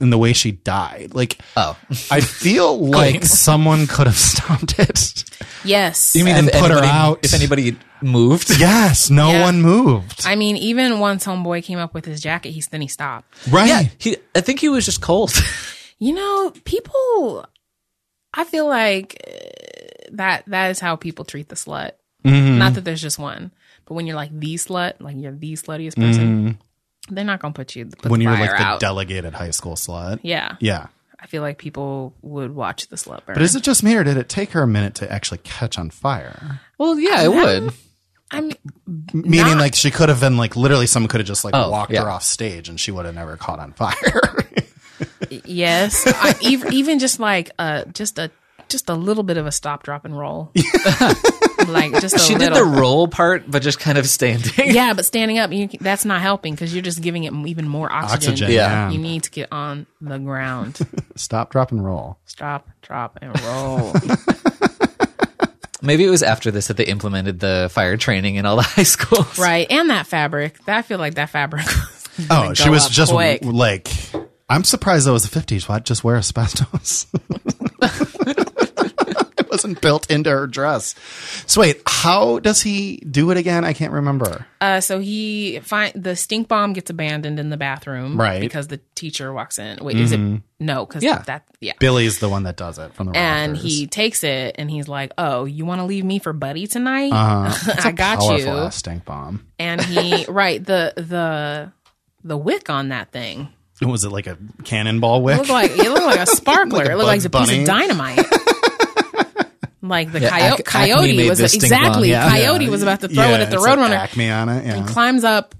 B: and the way she died? Like,
C: Oh,
B: I feel like someone could have stopped it.
A: Yes.
B: You mean- And
C: If
B: put her
C: anybody-
B: out.
C: If anybody moved,
B: Yes, no
A: Yeah.
B: one moved.
A: I mean, even once homeboy came up with his jacket, he then he stopped.
B: right.
C: yeah, he, I think he was just cold.
A: You know, people. I feel like uh, that that is how people treat the slut.
B: Mm-hmm.
A: Not that there's just one, but when you're like the slut, like you're the sluttiest person, they're not gonna put you put
B: Mm-hmm. When
A: the
B: you're
A: fire
B: like the
A: out.
B: delegated high school slut.
A: yeah,
B: Yeah.
A: I feel like people would watch the slut burn.
B: But is it just me or did it take her a minute to actually catch on fire?
C: well, yeah, it would.
A: I mean,
B: Meaning,
A: Not-
B: like, she could have been like literally someone could have just like
C: Oh,
B: walked
C: yeah.
B: her off stage and she would have never caught on fire.
A: yes, I, even, even just like uh, just a just a little bit of a stop, drop, and roll. like just a
C: She did
A: little.
C: the roll part, but just kind of standing.
A: yeah, but standing up, you, that's not helping because you're just giving it even more oxygen.
B: Oxygen.
C: Yeah.
A: You need to get on the ground.
B: Stop, drop, and roll.
A: Stop, drop, and roll.
C: Maybe it was after this that they implemented the fire training in all the high schools.
A: right. And that fabric. That, I feel like that fabric. was gonna
B: Oh, she
A: go
B: was
A: up
B: just
A: quick.
B: like, I'm surprised that was the 50s. Why'd just wear asbestos? it wasn't built into her dress. So, wait, how does he do it again? I can't remember.
A: Uh, so he find the stink bomb gets abandoned in the bathroom,
B: Right.
A: Because the teacher walks in. Wait, is it no? Because
C: Mm-hmm. Yeah.
A: that yeah.
B: Billy's the one that does it from the
A: And
B: Rockers.
A: he takes it and he's like, "Oh, you want to leave me for buddy tonight? I got
B: Uh-huh. Powerful
A: you."
B: ass stink bomb.
A: And he right the the the wick on that thing
B: Was it like a cannonball wick?
A: It looked like it looked like a sparkler.
B: Like a
A: it looked like a piece
B: Bugs Bunny.
A: of dynamite. like the
C: Yeah,
A: coyote,
C: Ac- Acme
A: coyote was
C: made this stink bomb,
A: exactly
C: yeah.
A: coyote was about to throw it at the
B: it's like
A: roadrunner.
B: Acme on it. Yeah.
A: climbs up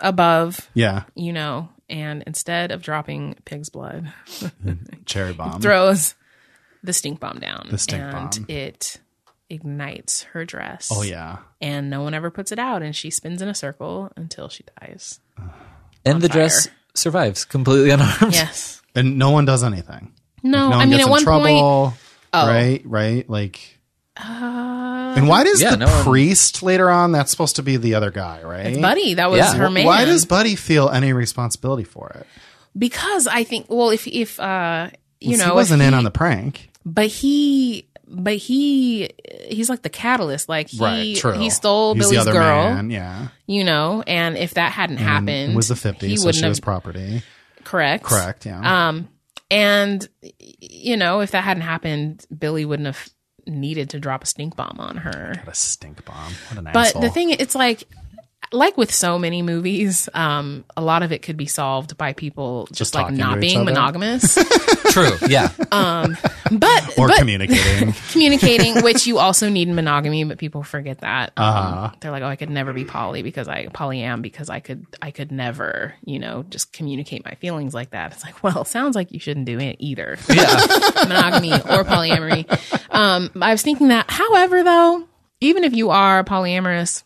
A: above,
B: yeah.
A: you know, and instead of dropping pig's blood,
B: Cherry bomb.
A: throws the stink bomb down,
B: Mm. The stink
A: and
B: bomb.
A: it ignites her dress.
B: oh, yeah.
A: And no one ever puts it out, and she spins in a circle until she dies.
C: And the dress
A: fire.
C: survives completely unharmed.
A: Yes.
B: And no one does anything.
A: No,
B: No one
A: I mean
B: gets
A: at
B: in
A: one point, oh.
B: trouble. Right, right. Like.
A: Uh,
B: and why does
C: Yeah,
B: the
C: no one-
B: priest later on? That's supposed to be the other guy, right?
A: Buddy, that was
C: Yeah.
A: her man.
B: Why does Buddy feel any responsibility for it?
A: because I think well if if uh you know
B: he
A: if
B: wasn't in
A: he-
B: on the prank.
A: but he but he he's like the catalyst like he he stole
B: He's the
A: Billy's
B: other
A: girl
B: man, Yeah,
A: you know and if that hadn't
B: And
A: happened
B: It was the
A: he
B: fifties, so
A: wouldn't
B: she
A: have
B: was property.
A: correct
B: Correct. Yeah.
A: um and you know if that hadn't happened Billy wouldn't have needed to drop a stink bomb on her
B: what a stink bomb. What an
A: but
B: asshole.
A: the thing it's like like with so many movies um a lot of it could be solved by people just, like
B: talking to
A: not
B: each
A: being
B: other.
A: monogamous
C: True. Yeah.
A: but
B: or
A: but
B: communicating.
A: communicating, which you also need in monogamy, but people forget that. Um, They're like, oh, I could never be poly because I poly am because I could I could never you know just communicate my feelings like that. It's like, well, it sounds like you shouldn't do it either. Yeah, monogamy or polyamory. Um, I was thinking that. However, though, even if you are polyamorous,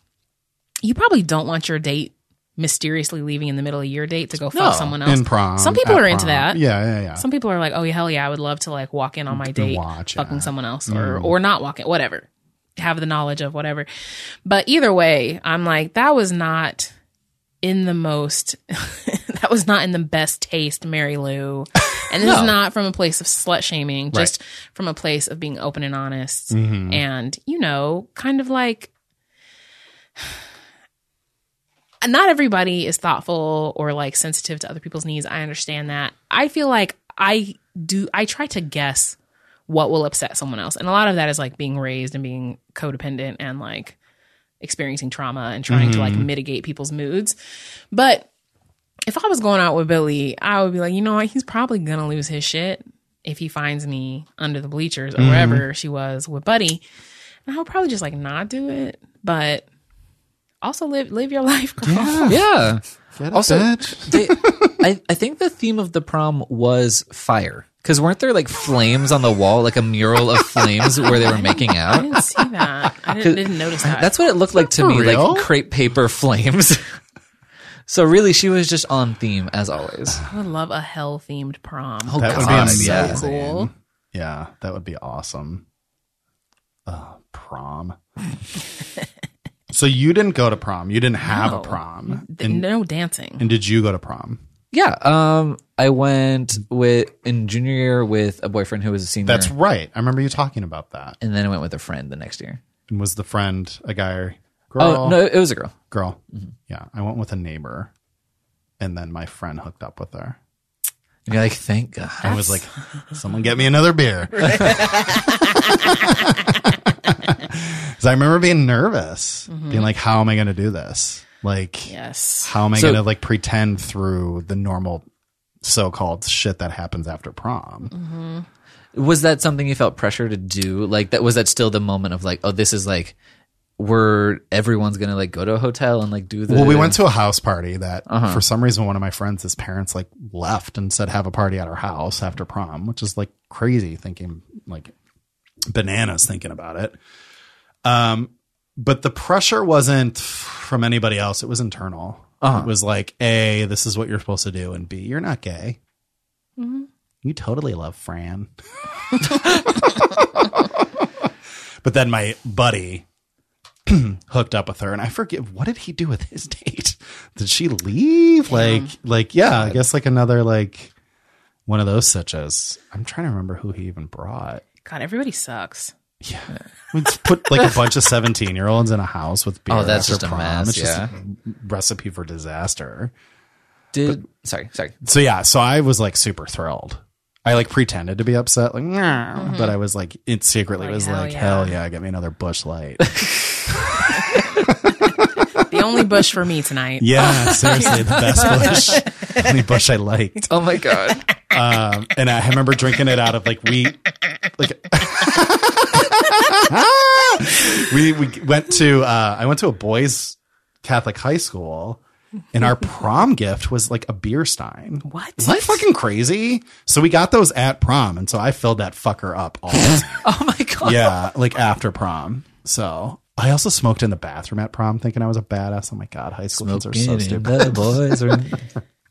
A: you probably don't want your date mysteriously leaving in the middle of your date to go fuck someone else.
B: in prom.
A: Some people
B: at
A: are into
B: prom.
A: that.
B: Yeah, yeah, yeah.
A: Some people are like, oh yeah, hell yeah, I would love to like walk in on my date,
B: watch,
A: fucking
B: yeah.
A: someone else, or or not walk in, whatever. Have the knowledge of whatever. But either way, I'm like, that was not in the most. that was not in the best taste, Mary Lou. And this is not from a place of slut shaming, just from a place of being open and honest, and you know, kind of like and not everybody is thoughtful or like sensitive to other people's needs. I understand that. I feel like I do, I try to guess what will upset someone else. And a lot of that is like being raised and being codependent and like experiencing trauma and trying to like mitigate people's moods. But if I was going out with Billy, I would be like, you know what? He's probably going to lose his shit if he finds me under the bleachers or wherever she was with Buddy. And I would probably just like not do it. But also live live your life, girl.
C: yeah.
B: Get a
C: Also-
B: bitch.
C: They, I, I think the theme of the prom was fire. Because weren't there like flames on the wall, like a mural of flames where they were making
A: I
C: out?
A: didn't see that. I didn't, didn't notice that.
C: That's what it looked like to me,
B: real?
C: like crepe paper flames. so really, she was just on theme as always.
A: I would love a hell themed prom.
C: Oh,
B: That would be
C: God,
B: amazing.
C: yeah.
A: Cool.
B: Yeah, that would be awesome. Uh, prom. so you didn't go to prom. You didn't have a
A: No.
B: prom.
A: Th-
B: And,
A: no dancing.
B: and did you go to prom?
C: Yeah. Um, I went with in junior year with a boyfriend who was a senior.
B: That's right. I remember you talking about that.
C: and then I went with a friend the next year.
B: And was the friend a guy or girl?
C: Oh no, it was a girl.
B: Girl.
A: Mm-hmm.
B: Yeah, I went with a neighbor, and then my friend hooked up with her.
C: And you're like, thank God.
B: I was like, someone get me another beer. Because I remember being nervous, being like, how am I going to do this? Like,
A: yes.
B: how am I
C: So-
B: going to like pretend through the normal so called shit that happens after prom?
C: Was that something you felt pressure to do? Like that was that still the moment of like, oh, this is like we're everyone's gonna like go to a hotel and like do the.
B: Well, we went to a house party that for some reason one of my friends, his parents like left and said have a party at our house after prom, which is like crazy thinking like bananas thinking about it. Um but the pressure wasn't from anybody else, it was internal. It was like, A, this is what you're supposed to do, and B, you're not gay. You totally love Fran. but then my buddy hooked up with her and i forget what did he do with his date did she leave like like yeah i guess like another like one of those such as i'm trying to remember who he even brought
A: God, everybody sucks.
B: we just put like a bunch of 17 year olds in a house with beer
C: Oh,
B: after
C: that's just a
B: prom.
C: mess,
B: it's just
C: yeah.
B: a recipe for disaster
C: Did sorry, sorry.
B: so yeah so i was like super thrilled i like pretended to be upset like "Nah,"
C: Mm-hmm.
B: but i was like it secretly was
A: hell
B: like
A: yeah.
B: hell yeah get me another bush light
A: The only bush for me tonight.
B: yeah seriously the best bush only bush i liked
C: Oh my god.
B: um, and I remember drinking it out of like we like we we went to uh, I went to a boys Catholic high school, and our prom gift was like a beer stein.
A: What?
B: Isn't that fucking crazy? So we got those at prom, and so I filled that fucker up all the time.
C: Oh my god.
B: yeah, like after prom. So. I also smoked in the bathroom at prom, thinking I was a badass. Oh my god, high school kids are so stupid.
C: boys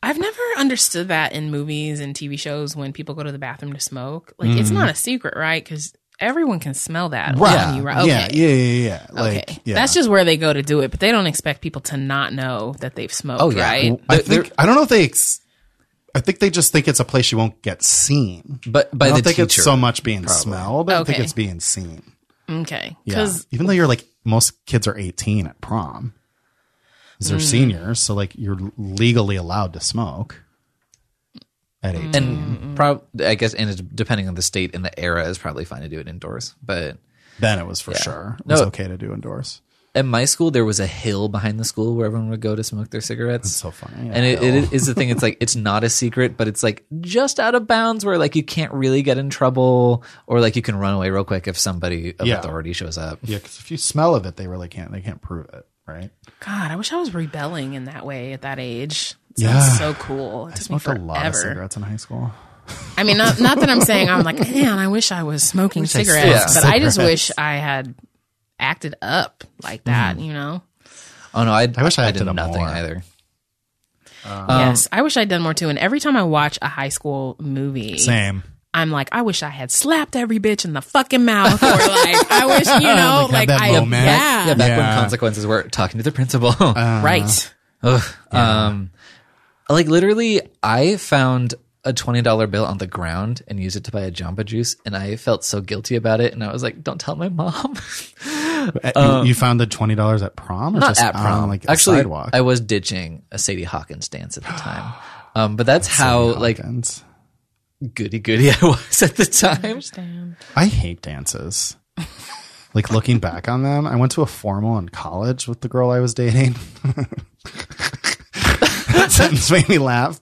A: I've never understood that in movies and TV shows when people go to the bathroom to smoke. Like, it's not a secret, right? Because everyone can smell that.
B: Mm-hmm. Right.
A: on you, right? Okay.
B: Yeah, yeah, yeah, yeah. Like,
A: Okay.
B: yeah.
A: That's just where they go to do it, but they don't expect people to not know that they've smoked,
C: Oh, yeah.
A: right?
B: I
C: They're-
B: think I don't know if they. Ex- I think they just think it's a place you won't get seen.
C: But by
B: I don't
C: the
B: think
C: teacher.
B: it's so much being smelled. I don't think
A: Okay.
B: it's being seen.
A: Okay.
B: Yeah,
A: Because
B: even though you're like most kids are 18 at prom, 'cause
A: Hmm.
B: they're seniors, so like you're legally allowed to smoke at 18.
C: and prob- I guess and it's depending on the state and the era is probably fine to do it indoors. But
B: Then it was for sure. It was
C: No.
B: okay to do indoors.
C: at my school there was a hill behind the school where everyone would go to smoke their cigarettes.
B: So funny.
C: and it, it is the thing. It's like it's not a secret, but it's like just out of bounds where like you can't really get in trouble, or like you can run away real quick if somebody of
B: Yeah.
C: authority shows up.
B: yeah, because if you smell of it, they really can't. They can't prove it, right?
A: God, I wish I was rebelling in that way at that age. It
B: Yeah.
A: yeah, so cool. It
B: I
A: took me
B: smoked
A: forever.
B: a lot of cigarettes in high school.
A: I mean, not, not that I'm saying I'm like, man, I wish I was smoking cigarettes, but
B: smoked
A: I just
B: cigarettes." Mm.
A: wish I had acted up like that. You know?
C: Oh no, I, I
B: wish I had
C: did
B: done
C: nothing
B: more.
C: either.
B: Um,
A: yes, I wish I'd done more too. And every time I watch a high school movie,
B: Same.
A: I'm like, I wish I had slapped every bitch in the fucking mouth, or like, I wish you know, like,
B: Like, had that
A: I
B: moment. Uh-huh.
A: yeah,
C: Yeah, back
B: Yeah. Uh.
C: when consequences were talking to the principal.
A: right.
C: Ugh. Um, like literally, I found a twenty dollar bill on the ground and used it to buy a Jamba Juice, and I felt so guilty about it. And I was like, "Don't tell my mom."
B: At- Uh, you, you found the twenty dollars at prom, or
C: Um, Not
B: just
C: at
B: on,
C: prom.
B: Oh, like
C: Actually,
B: the sidewalk.
C: I was ditching a Sadie Hawkins dance at the time. Um, but that's how like
B: Hawkins.
C: goody goody I was at the time.
B: I hate dances. like looking back on them, I went to a formal in college with the girl I was dating. that sentence made me laugh.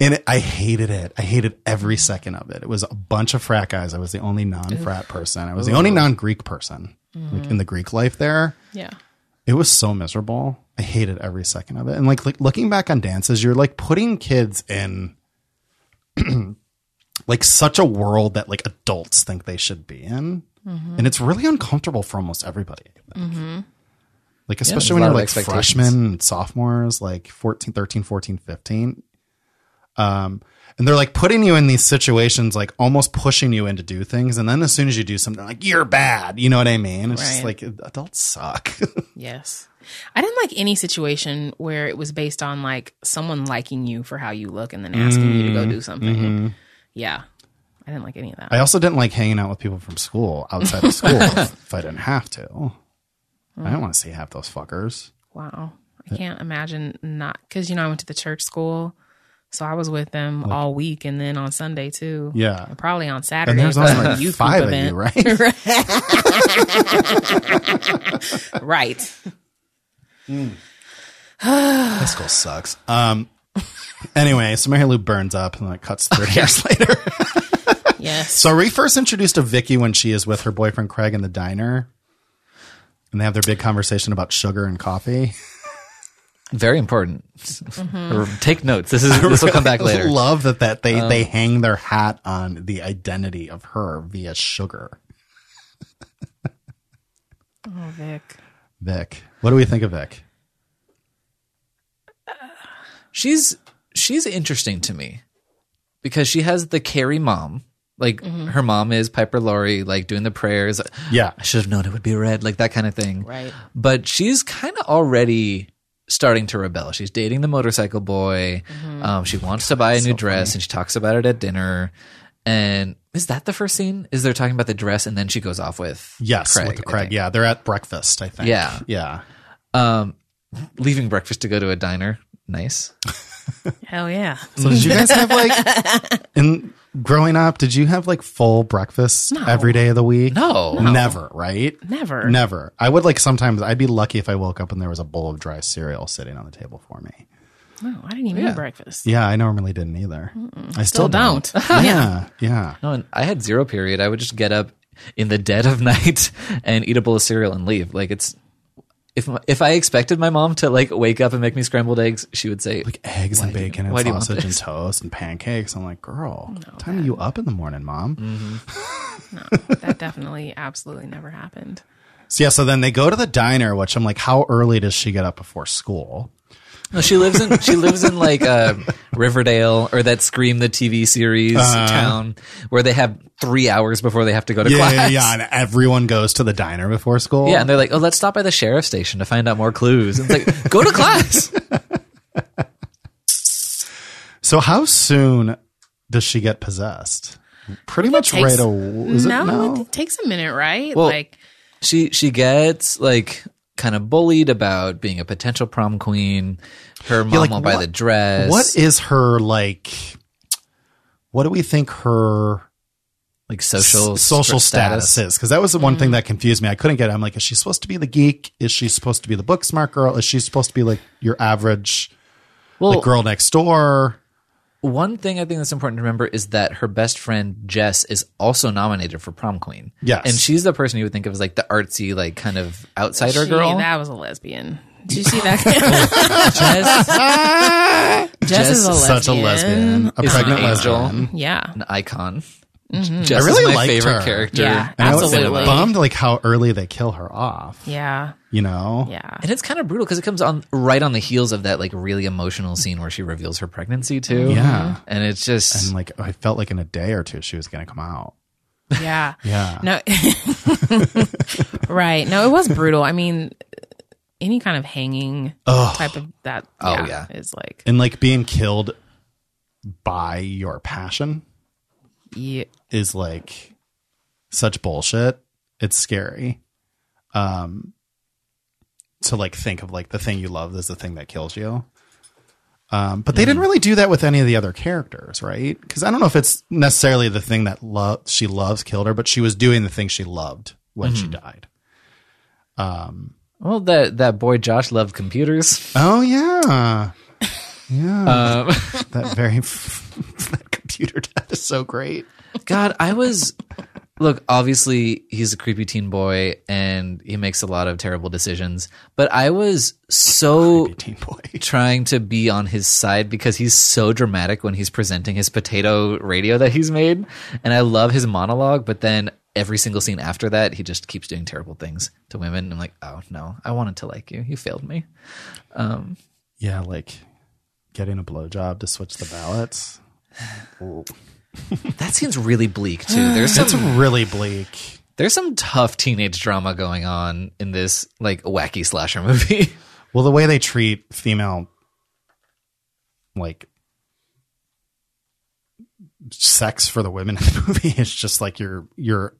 B: And it, I hated it. I hated every second of it. It was a bunch of frat guys. I was the only non frat person. I was the only non Greek person
C: Mm-hmm.
B: like in the Greek life there.
A: Yeah.
B: It was so miserable. I hated every second of it. And like, like looking back on dances, you're like putting kids in like such a world that like adults think they should be in.
C: Mm-hmm.
B: And it's really uncomfortable for almost everybody. I think. Like
C: there's a
B: especially
C: lot
B: when
C: of
B: you're like
C: expectations.
B: freshmen and sophomores, like 14, 13, 14, 15. Um, and they're like putting you in these situations, like almost pushing you in to do things. And then as soon as you do something, like you're bad. You know what I mean? It's just
A: Right.
B: like adults suck.
A: Yes. I didn't like any situation where it was based on like someone liking you for how you look and then asking you to go
B: Mm-hmm.
A: do something. Yeah. I didn't like any of that.
B: I also didn't like hanging out with people from school outside of school if I didn't have to. I don't want to see half those fuckers.
A: wow. I can't imagine not because, you know, I went to the church school. So I was with them all week and then on Sunday too.
B: Yeah.
A: And Probably on Saturday.
B: And there's
A: if I was
B: only
A: at
B: like
A: a youth
B: five
A: group
B: of you,
A: event.
B: right?
A: Right.
B: High school sucks. Um. Anyway, so Mary Lou burns up and then it cuts three years later.
A: Yes.
B: So are we first introduced to Vicky when she is with her boyfriend Craig in the diner. and they have their big conversation about sugar and coffee.
C: Very important. Take notes. This is this will come back later.
B: Love that that they they hang their hat on the identity of her via sugar.
A: Oh, Vic.
B: Vic, what do we think of Vic?
C: she's she's interesting to me because she has the Carrie mom. Like her mom is Piper Laurie, like doing the prayers.
B: Yeah,
C: I should have known it would be red, like that kind of thing.
A: Right.
C: But she's kind of already starting to rebel. She's dating the motorcycle boy. Um, she wants to buy a new dress, and she talks about it at dinner. And is that the first scene? Is they're talking about the dress, and then she goes off with
B: yes,
C: Craig,
B: with the
C: I
B: Craig.
C: think.
B: Yeah, they're at breakfast. I think.
C: Yeah.
B: yeah.
C: Um, leaving breakfast to go to a diner. Nice.
A: Hell yeah.
B: So did you guys have like in growing up? Did you have like full breakfast every day of the week?
C: No.
B: never. Right?
A: Never.
B: Never. I would like sometimes. I'd be lucky if I woke up and there was a bowl of dry cereal sitting on the table for me.
A: No, I didn't even eat breakfast.
B: Yeah, I normally didn't either. I still
A: Still don't.
B: yeah, yeah.
C: No, and I had zero period. I would just get up in the dead of night and eat a bowl of cereal and leave. Like it's if my, if I expected my mom to like wake up and make me scrambled eggs, she would say,
B: Like eggs and bacon
C: why
B: and
C: do you want
B: sausage and toast and pancakes. I'm like, girl, what time are you up in the morning, mom?
C: Mm.
A: That definitely, absolutely never happened.
B: So yeah, so then they go to the diner, which I'm like, how early does she get up before school?
C: "No, she lives in she lives in like uh, Riverdale or that Scream the TV series
B: Uh-huh.
C: town where they have three hours before they have to go to
B: Yeah,
C: class."
B: yeah, yeah. And everyone goes to the diner before school.
C: Yeah, and they're like, "Oh, let's stop by the sheriff's station to find out more clues." And it's like, "Go to class."
B: So how soon does she get possessed? Pretty much
A: takes-
B: right away. Is
A: no,
B: it no?
A: it takes a minute, right?
C: Well-
A: like,
C: She she gets like kind of bullied about being a potential prom queen. Her mom
B: like,
C: won't buy
B: what-
C: the dress.
B: What is her like? What do we think her
C: like
B: s-
C: social
B: social
C: str-
B: status, is? Because that was the one thing that confused me. I couldn't get. It. I'm like, is she supposed to be the geek? Is she supposed to be the book smart girl? Is she supposed to be like your average
C: Well,
B: like girl next door?
C: one thing I think that's important to remember is that her best friend Jess is also nominated for prom queen.
B: Yes.
C: and she's the person you would think of as like the artsy, like kind of outsider
A: she-
C: girl.
A: that was a lesbian. Did you see that? Jess,
C: Jess Jess
A: is a
C: is
A: lesbian.
B: Such a lesbian, a
C: Is an
B: pregnant
C: angel.
B: lesbian.
A: Yeah.
C: an icon. Jess
B: I really
C: is my
B: liked
C: favorite
B: her.
C: character.
A: Mm-hmm. Yeah.
B: And I was
A: Absolutely.
B: bummed like how early they kill her off.
A: Yeah.
B: You know.
A: Yeah.
C: And it's kind of brutal because it comes on right on the heels of that like really emotional scene where she reveals her pregnancy too.
B: Yeah.
C: and it's just
B: And like I felt like in a day or two she was gonna come out.
A: Yeah.
B: Yeah.
A: No. right. No, it was brutal. I mean, any kind of hanging type of that.
C: Oh,
A: yeah.
C: yeah.
A: Is like,
B: And like being killed by your passion
A: yeah.
B: is like such bullshit. It's scary. Um to like think of like the thing you love is the thing that kills you. Um, but they didn't really do that with any of the other characters, right? Because I don't know if it's necessarily the thing that lo- she loves killed her, but she was doing the thing she loved when she died.
C: Well, that that boy Josh loved computers.
B: Oh yeah, yeah.
C: Um,
B: that very that computer dad is so great.
C: God, I was. Look, obviously he's a creepy teen boy and he makes a lot of terrible decisions, but I was so
B: Teen boy.
C: trying to be on his side because he's so dramatic when he's presenting his potato radio that he's made, and I love his monologue, but then every single scene after that he just keeps doing terrible things to women and I'm like, "Oh no, I wanted to like you. You failed me."
B: Yeah, like getting a blowjob to switch the ballots.
C: That seems really bleak too. There's some
B: That's really bleak.
C: There's some tough teenage drama going on in this like wacky slasher movie.
B: Well, the way they treat female, like sex for the women in the movie is just like you're you're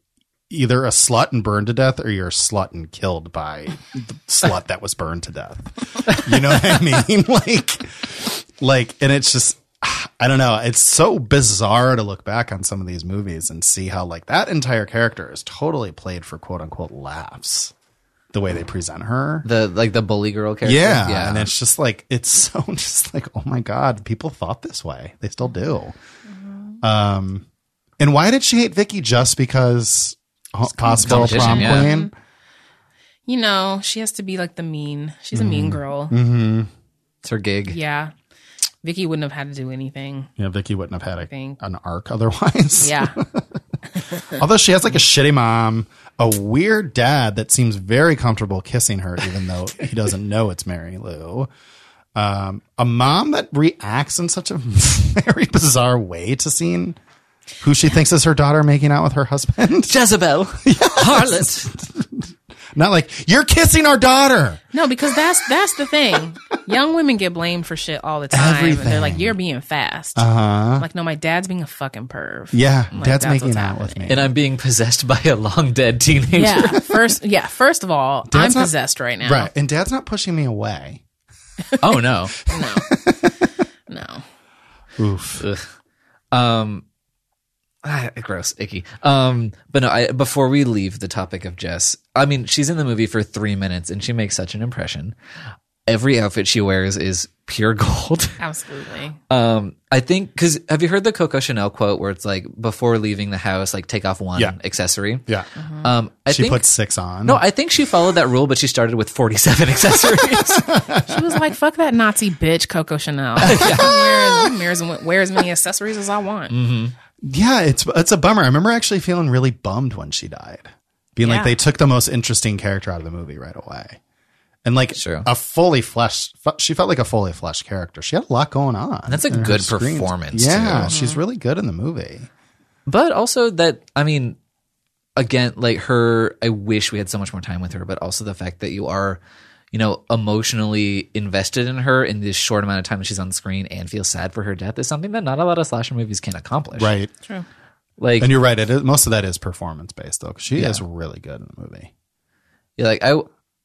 B: either a slut and burned to death or you're a slut and killed by the slut that was burned to death. You know what I mean? Like like and it's just I don't know. It's so bizarre to look back on some of these movies and see how like that entire character is totally played for quote unquote laughs. The way they present her.
C: the like the bully girl character.
B: Yeah, and it's just like it's so just like oh my god, people thought this way. They still do.
A: Mm-hmm.
B: Um, and why did she hate Vicky just because ho- possible
C: competition,
A: Mm-hmm.
B: prom
C: yeah.
B: queen?
A: you know, she has to be like the mean. She's a
B: Mm-hmm.
A: mean girl.
C: It's her gig.
A: Yeah. Vicky wouldn't have had to do anything.
B: Yeah, Vicky wouldn't have had a,
A: Think.
B: an arc otherwise.
A: Yeah.
B: Although she has like a shitty mom, a weird dad that seems very comfortable kissing her, even though he doesn't know it's Mary Lou. Um, a mom that reacts in such a very bizarre way to seeing who she thinks is her daughter making out with her husband.
C: Jezebel, harlot.
B: Not like, you're kissing our daughter.
A: No, because that's that's the thing. Young women get blamed for shit all the time. They're like,
B: Everything.
A: "You're being fast." Uh-huh. Like, no, my dad's being a fucking perv.
B: Yeah,
A: Like,
B: dad's
A: that's
B: making
A: what's
B: out with me.
C: And I'm being possessed by a long dead teenager.
A: Yeah. First, yeah. First of all,
B: Dad's
A: I'm
B: not-
A: possessed right now.
B: Right. And dad's not pushing me away.
C: Oh no.
A: No. no.
B: Oof.
C: Uh, Um, ah, gross, icky. Um, but no. I, before we leave the topic of Jess, I mean, she's in the movie for three minutes and she makes such an impression. Every outfit she wears is pure gold.
A: Absolutely.
C: Um, I think because have you heard the Coco Chanel quote where it's like before leaving the house, like take off one
B: Yeah.
C: accessory.
B: Yeah.
C: Um, I
B: She
C: think
B: put six on.
C: no, I think she followed that rule, but she started with forty-seven accessories.
A: She was like, "Fuck that Nazi bitch, Coco Chanel. I'm wearing- I'm wearing- wear as many accessories as I want."
B: Yeah, it's it's a bummer. I remember actually feeling really bummed when she died. Being
A: Yeah.
B: like they took the most interesting character out of the movie right away. And like
C: Sure.
B: a fully fleshed fu- she felt like a fully fleshed character. She had a lot going on.
C: That's a
B: in her
C: good
B: screens.
C: performance,
B: Yeah,
C: too. Mm-hmm.
B: she's really good in the movie.
C: but also that I mean, again, like her. I wish we had so much more time with her, but also the fact that you are, you know, emotionally invested in her in this short amount of time that she's on screen and feel sad for her death is something that not a lot of slasher movies can accomplish.
B: Right.
A: True.
C: Like
B: And you're right. It is, most of that is performance based though. 'cause She is really good in the movie.
C: Yeah, like I,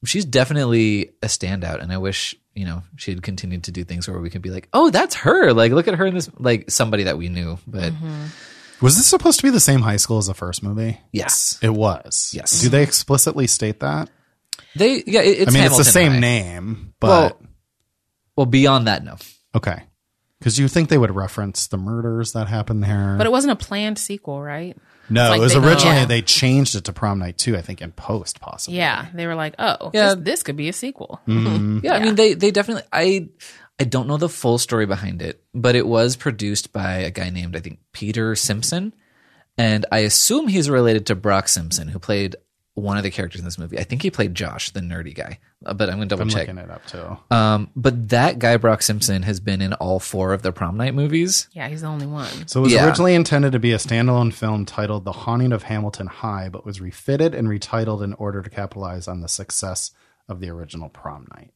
C: she's definitely a standout, and I wish you know she had continued to do things where we could be like, oh, that's her. Like, look at her in this, like somebody that we knew. But
B: Was this supposed to be the same high school as the first movie?
C: yes,
B: It was.
C: Yes.
B: Do they explicitly state that?
C: they. Yeah, it- it's.
B: I mean, it's
C: Hamilton
B: the same
C: High.
B: name,
C: Well,
B: but
C: well, beyond that, no.
B: Okay. Because you think they would reference the murders that happened there.
A: But it wasn't a planned sequel, right?
B: no,
A: like
B: it was
A: they-
B: originally
A: Yeah.
B: they changed it to prom night too, I think, in post possibly.
A: Yeah. They were like, "Oh,
C: Yeah.
A: this, this could be a sequel."
B: Mm-hmm.
C: Yeah, I mean, they they definitely. I I don't know the full story behind it, but it was produced by a guy named I think Peter Simpson, and I assume he's related to Brock Simpson, who played one of the characters in this movie. I think he played Josh, the nerdy guy. Uh, But I'm gonna double
B: I'm
C: check.
B: looking it up too.
C: Um, but that guy Brock Simpson has been in all four of the prom night movies.
A: Yeah, he's the only one.
B: So it was
C: yeah.
B: originally intended to be a standalone film titled The Haunting of Hamilton High, but was refitted and retitled in order to capitalize on the success of the original prom night.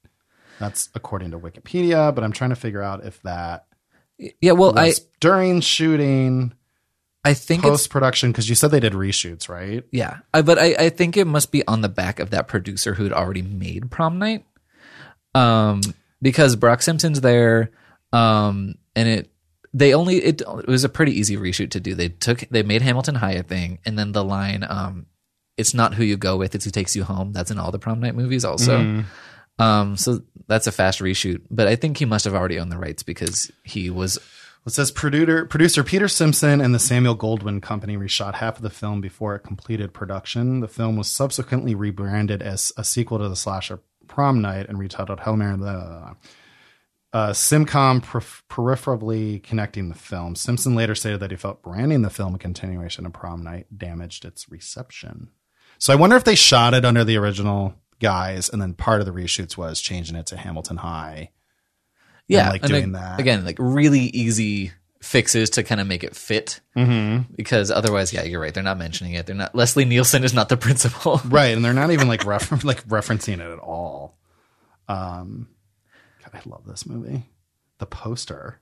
B: That's according to Wikipedia, but I'm trying to figure out if that
C: Yeah, well, I
B: was during shooting,
C: I think
B: post production, because you said they did reshoots, right?
C: it's yeah, I, but I, I think it must be on the back of that producer who had already made prom night, um, because Brock Simpson's there, um, and it they only it, it was a pretty easy reshoot to do. They took they made Hamilton High a thing, and then the line, um, it's not who you go with, it's who takes you home. That's in all the prom night movies, also. Um, so that's a fast reshoot, but I think he must have already owned the rights because he was
B: It says producer producer Peter Simpson and the Samuel Goldwyn Company reshot half of the film before it completed production. The film was subsequently rebranded as a sequel to the slasher Prom Night and retitled Hell Mary. Blah, blah, blah. Uh, Simcom perif- peripherally connecting the film. Simpson later stated that he felt branding the film a continuation of Prom Night damaged its reception. So I wonder if they shot it under the original guise, and then part of the reshoots was changing it to Hamilton High.
C: yeah,
B: like,
C: and
B: doing
C: ag-
B: that.
C: again, like really easy fixes to kind of make it fit because otherwise, yeah, you're right. They're not mentioning it. They're not. Leslie Nielsen is not the principal.
B: Right, and they're not even like refer- like referencing it at all. Um, God, I love this movie. The poster.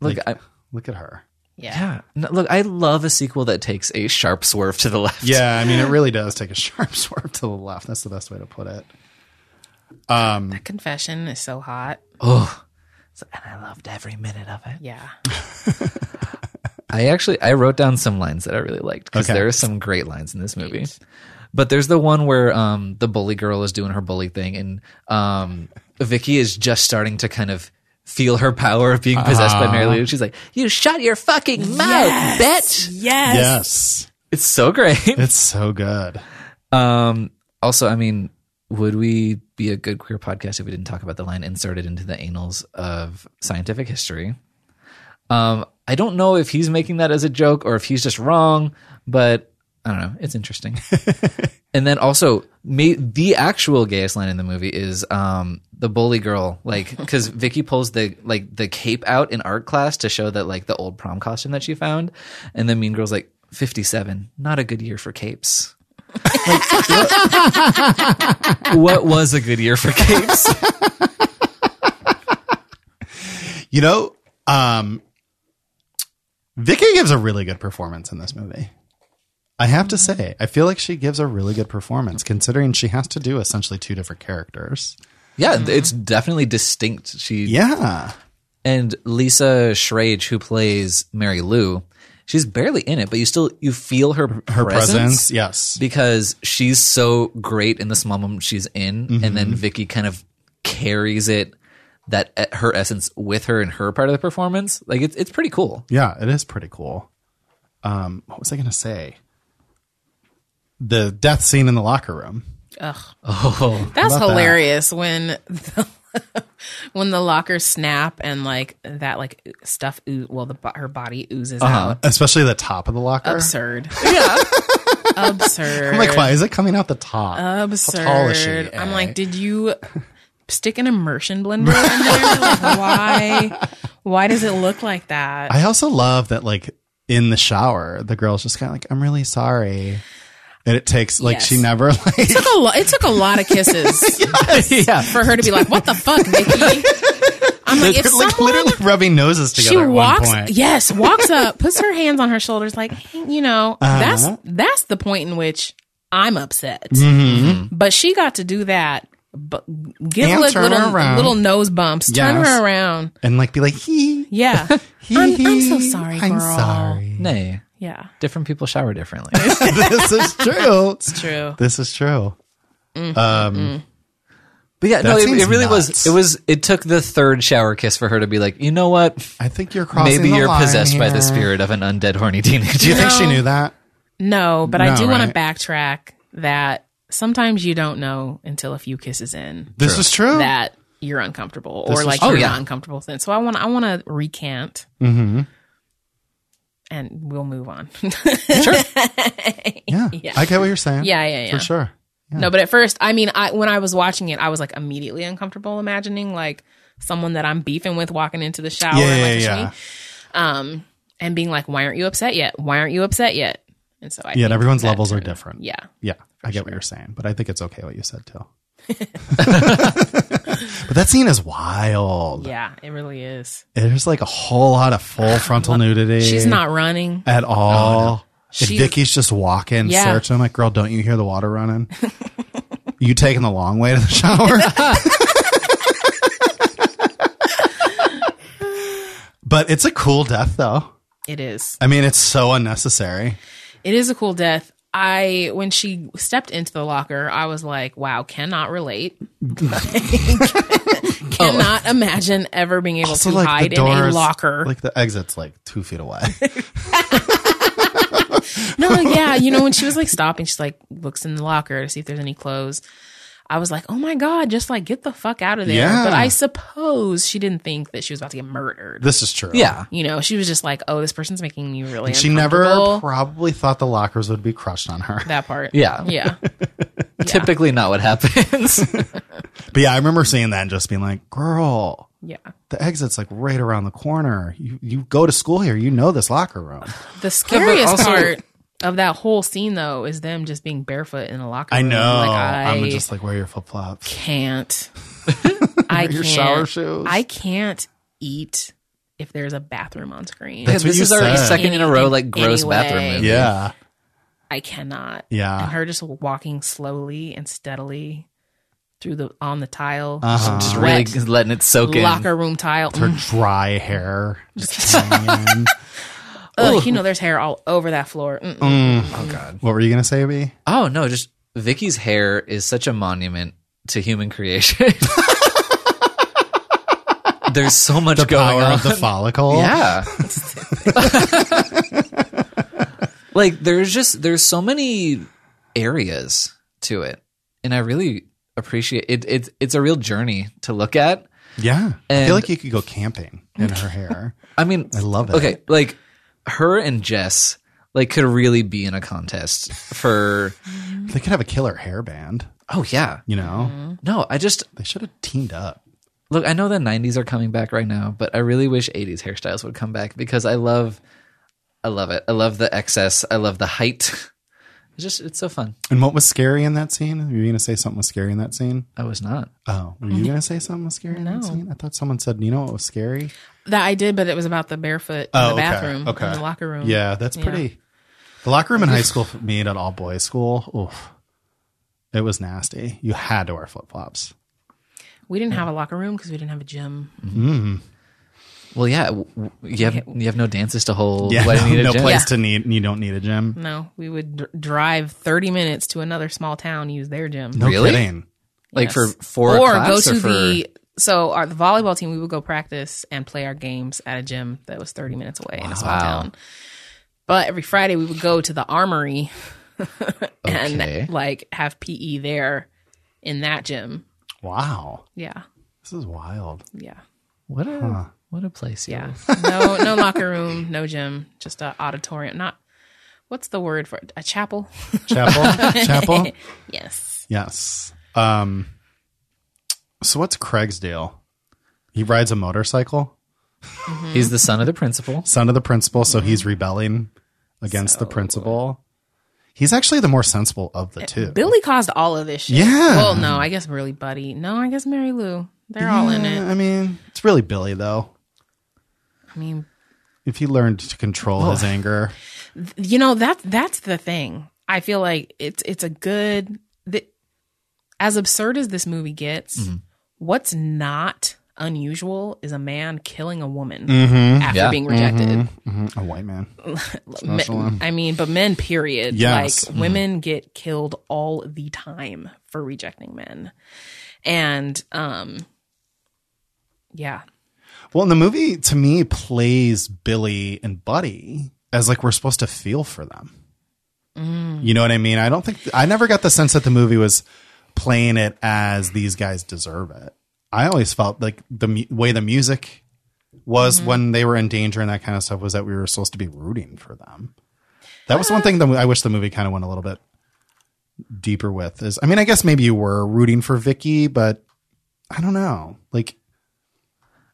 C: Look,
B: Like,
C: I,
B: look at her.
A: Yeah.
C: yeah, no, look, I love a sequel that takes a sharp swerve to the left.
B: Yeah, I mean, it really does take a sharp swerve to the left. That's the best way to put it.
A: That confession is so hot.
C: Oh, So- and I loved every minute of it.
A: Yeah.
C: I actually I wrote down some lines that I really liked because
B: Okay.
C: there are some great lines in this movie. But there's the one where um, the bully girl is doing her bully thing, and um, Vicky is just starting to kind of feel her power of being possessed by Mary Lou. She's like, "You shut your fucking mouth, bitch!"
A: Yes.
B: Yes,
C: It's so great.
B: it's so good.
C: Um, Also, I mean, would we be a good queer podcast if we didn't talk about the line inserted into the annals of scientific history? Um, I don't know if he's making that as a joke or if he's just wrong, but I don't know. It's interesting. and then also, ma- the actual gayest line in the movie is um, the bully girl, like because Vicky pulls the like the cape out in art class to show that like the old prom costume that she found, and the mean girl's like fifty seven, not a good year for capes. Like, what, what was a good year for capes?
B: You know, um, Vicky gives a really good performance in this movie. I have to say, I feel like she gives a really good performance considering she has to do essentially two different characters.
C: yeah, it's definitely distinct. She
B: Yeah.
C: and Lisa Schrage, who plays Mary Lou, she's barely in it, but you still you feel her
B: Her presence, yes.
C: because she's so great in the small moment she's in, and
B: Mm-hmm.
C: then Vicky kind of carries it that e- her essence with her in her part of the performance. Like it's it's pretty cool.
B: Yeah, it is pretty cool. Um, what was I going to say? The death scene in the locker room.
A: That's
B: about that?
A: hilarious when the, when the lockers snap and like that like oo- stuff oo- well the bo- her body oozes
B: Uh-huh.
A: out.
B: Especially the top of the locker.
A: Absurd. Yeah. Absurd.
B: I'm like, why is it coming out the top?
A: Absurd.
B: How tall is she?
A: I'm
B: Eh?
A: like, did you stick an immersion blender in there? Like, why? Why does it look like that?
B: I also love that, like, in the shower, the girl's just kind of like, I'm really sorry. And it takes, like,
A: Yes.
B: she never, like,
A: It took a lo- it took a lot of kisses
C: yeah,
A: for her to be like, "What the fuck, Nikki?" I'm like, if
B: they're, like
A: someone
B: literally rubbing noses together
A: she
B: at
A: walks,
B: one point.
A: yes, walks up, puts her hands on her shoulders, like "Hey, you know, that's that's the point in which I'm upset. But she got to do that. But give
B: And
A: like
B: turn her
A: little
B: around.
A: little nose bumps, turn
B: Yes.
A: her around.
B: And, like, be like, hee,
A: Yeah,
B: hee,
A: I'm, I'm so
B: hee,
A: sorry,
B: I'm
A: girl.
B: sorry.
C: nay.
A: Yeah,
C: Different people shower differently.
B: this is true.
A: true.
B: This is true.
C: But yeah, no,
B: That
C: it,
B: seems
C: it really
B: nuts.
C: was. It was. It took the third shower kiss for her to be like, you know what?
B: I think you're crossing
C: Maybe
B: the
C: you're
B: line
C: possessed by the
B: here."
C: spirit of an undead horny teenager.
B: Do you think she
A: No.
B: knew that?
A: No, but I
B: No,
A: do want to
B: right?
A: backtrack that sometimes you don't know until a few kisses in
B: This is true.
A: that you're uncomfortable
B: This
A: or
B: is
A: like
B: true.
A: you're
C: Oh, yeah.
A: not uncomfortable with it. So I want I want to recant.
B: Mm-hmm.
A: And we'll move on.
B: yeah. I get what you're saying.
A: Yeah, yeah, yeah.
B: For sure.
A: No, but at first, I mean, I when I was watching it, I was like immediately uncomfortable imagining like someone that I'm beefing with walking into the shower
B: Yeah,
A: and, like,
B: yeah,
A: a
B: yeah.
A: shitty- um and being like, "Why aren't you upset yet? Why aren't you upset yet?" And so I
B: Yeah,
A: think
B: and everyone's
A: that
B: levels are
A: turned-
B: different.
A: Yeah.
B: Yeah, I get what you're saying, but I think it's okay what you said too. but that scene is wild.
A: Yeah, it really is.
B: There's like a whole lot of full frontal nudity.
A: She's not running.
B: at all. If
A: Oh, She's-
B: Vicky's just walking,
A: Yeah.
B: searching, like, girl, don't you hear the water running? you taking the long way to the shower? but it's a cool death, though.
A: It is.
B: I mean, it's so unnecessary.
A: It is a cool death. I when she stepped into the locker, I was like, "Wow, cannot relate. cannot imagine ever being able
B: Oh. Also,
A: to
B: like
A: hide
B: the
A: in
B: doors,
A: a locker."
B: like the exit's like two feet away.
A: no, yeah, you know when she was like stopping, she's like looks in the locker to see if there's any clothes. I was like, "Oh my god, just like get the fuck out of there."
B: Yeah.
A: But I suppose she didn't think that she was about to get murdered.
B: this is true.
C: yeah,
A: You know, she was just like, "Oh, this person's making me really."
B: She never
A: uncomfortable."
B: probably thought the lockers would be crushed on her.
A: that part.
C: Yeah.
A: yeah.
C: typically not what happens.
B: But yeah, I remember seeing that and just being like, girl,
A: Yeah.
B: the exit's like right around the corner. You you go to school here, you know this locker room.
A: The scariest
C: also-
A: part of that whole scene, though, is them just being barefoot in a locker.
B: I
A: room.
B: know.
A: Like I
B: I'm just like wear your flip flops.
A: can't. I
B: Your
A: can't.
B: shower shoes.
A: I can't eat if there's a bathroom on screen.
B: That's what
C: this
B: you
C: is our
B: said.
C: second in a row, like gross
A: Anyway.
C: bathroom movie.
B: Yeah,
A: I cannot.
B: Yeah.
A: And her just walking slowly and steadily through the on the tile,
B: Uh-huh.
C: just really
A: Wet.
C: letting it soak
A: locker room tile. Mm.
B: her dry hair. Just hanging.
A: Ugh, you know, there's hair all over that floor. Mm-mm.
B: Mm. what were you gonna say, B?
C: in. Oh no, just Vicky's hair is such a monument to human creation. There's so much
B: The
C: going
B: power
C: on.
B: of the follicle.
C: Yeah. like there's just there's so many areas to it. and I really appreciate it. It's it's a real journey to look at.
B: Yeah. I
C: And-
B: feel like you could go camping in her hair.
C: I mean,
B: I love it.
C: okay, like her and Jess like could really be in a contest for.
B: They could have a killer hair band,
C: oh yeah,
B: you know?
C: no, I just
B: They should have teamed up.
C: look. I know the '90s are coming back right now, but I really wish '80s hairstyles would come back because I love, I love it. I love the excess. I love the height. It's just it's so fun.
B: And what was scary in that scene? Were you going to say something was scary in that scene?
C: I was not.
B: Oh, were you going to say something was scary in that scene? I thought someone said, you know what was scary?
A: That I did, but it was about the barefoot in the bathroom,
B: Oh, Okay.
A: in the locker room.
B: Oh, Yeah, that's pretty. The locker room in high school for me at an all boys school, oof, it was nasty. You had to wear flip flops.
A: We didn't have a locker room because we didn't have a gym.
C: Well, yeah, w- w- you have you have no dances to hold.
B: Yeah,
C: Why do
B: no,
C: you need a
B: no
C: gym?
B: place to need. You don't need a gym.
A: No, we would dr- drive 30 minutes to another small town, use their gym.
B: No
C: Really?
B: kidding.
A: Yes.
C: Like for for a
A: or
C: class
A: go
C: or
A: to
C: for-
A: the so our the volleyball team we would go practice and play our games at a gym that was 30 minutes away in a small
C: Wow.
A: town but every friday we would go to the armory and
C: Okay.
A: like have pe there in that gym
B: Wow,
A: yeah
B: this is wild.
A: yeah
C: what a what a place. you
A: yeah
C: live.
A: no no locker room no gym just a auditorium not what's the word for it? a chapel
B: Chapel, chapel.
A: yes
B: Yes. Um. So what's Craig's deal? He rides a motorcycle.
A: Mm-hmm.
C: He's the son of the principal.
B: son of the principal, so he's rebelling against the principal. He's actually the more sensible of the two.
A: billy caused all of this shit
B: Yeah.
A: well no i guess really buddy no i guess mary lou they're all in it
B: I mean, it's really Billy though.
A: i mean
B: If he learned to control his anger,
A: you know that that's the thing i feel like it's it's a good the, as absurd as this movie gets what's not unusual is a man killing a woman
B: Mm-hmm.
A: after
C: Yeah.
A: being rejected
B: Mhm, a white man.
A: Me- i mean but men period
B: Yes.
A: like women get killed all the time for rejecting men and um yeah
B: Well, and the movie to me plays Billy and Buddy as like we're supposed to feel for them. You know what I mean? I don't think I never got the sense that the movie was playing it as these guys deserve it. I always felt like the mu- way the music was when they were in danger and that kind of stuff was that we were supposed to be rooting for them. That was one thing that I wish the movie kind of went a little bit deeper with is I mean I guess maybe you were rooting for Vicky but I don't know. Like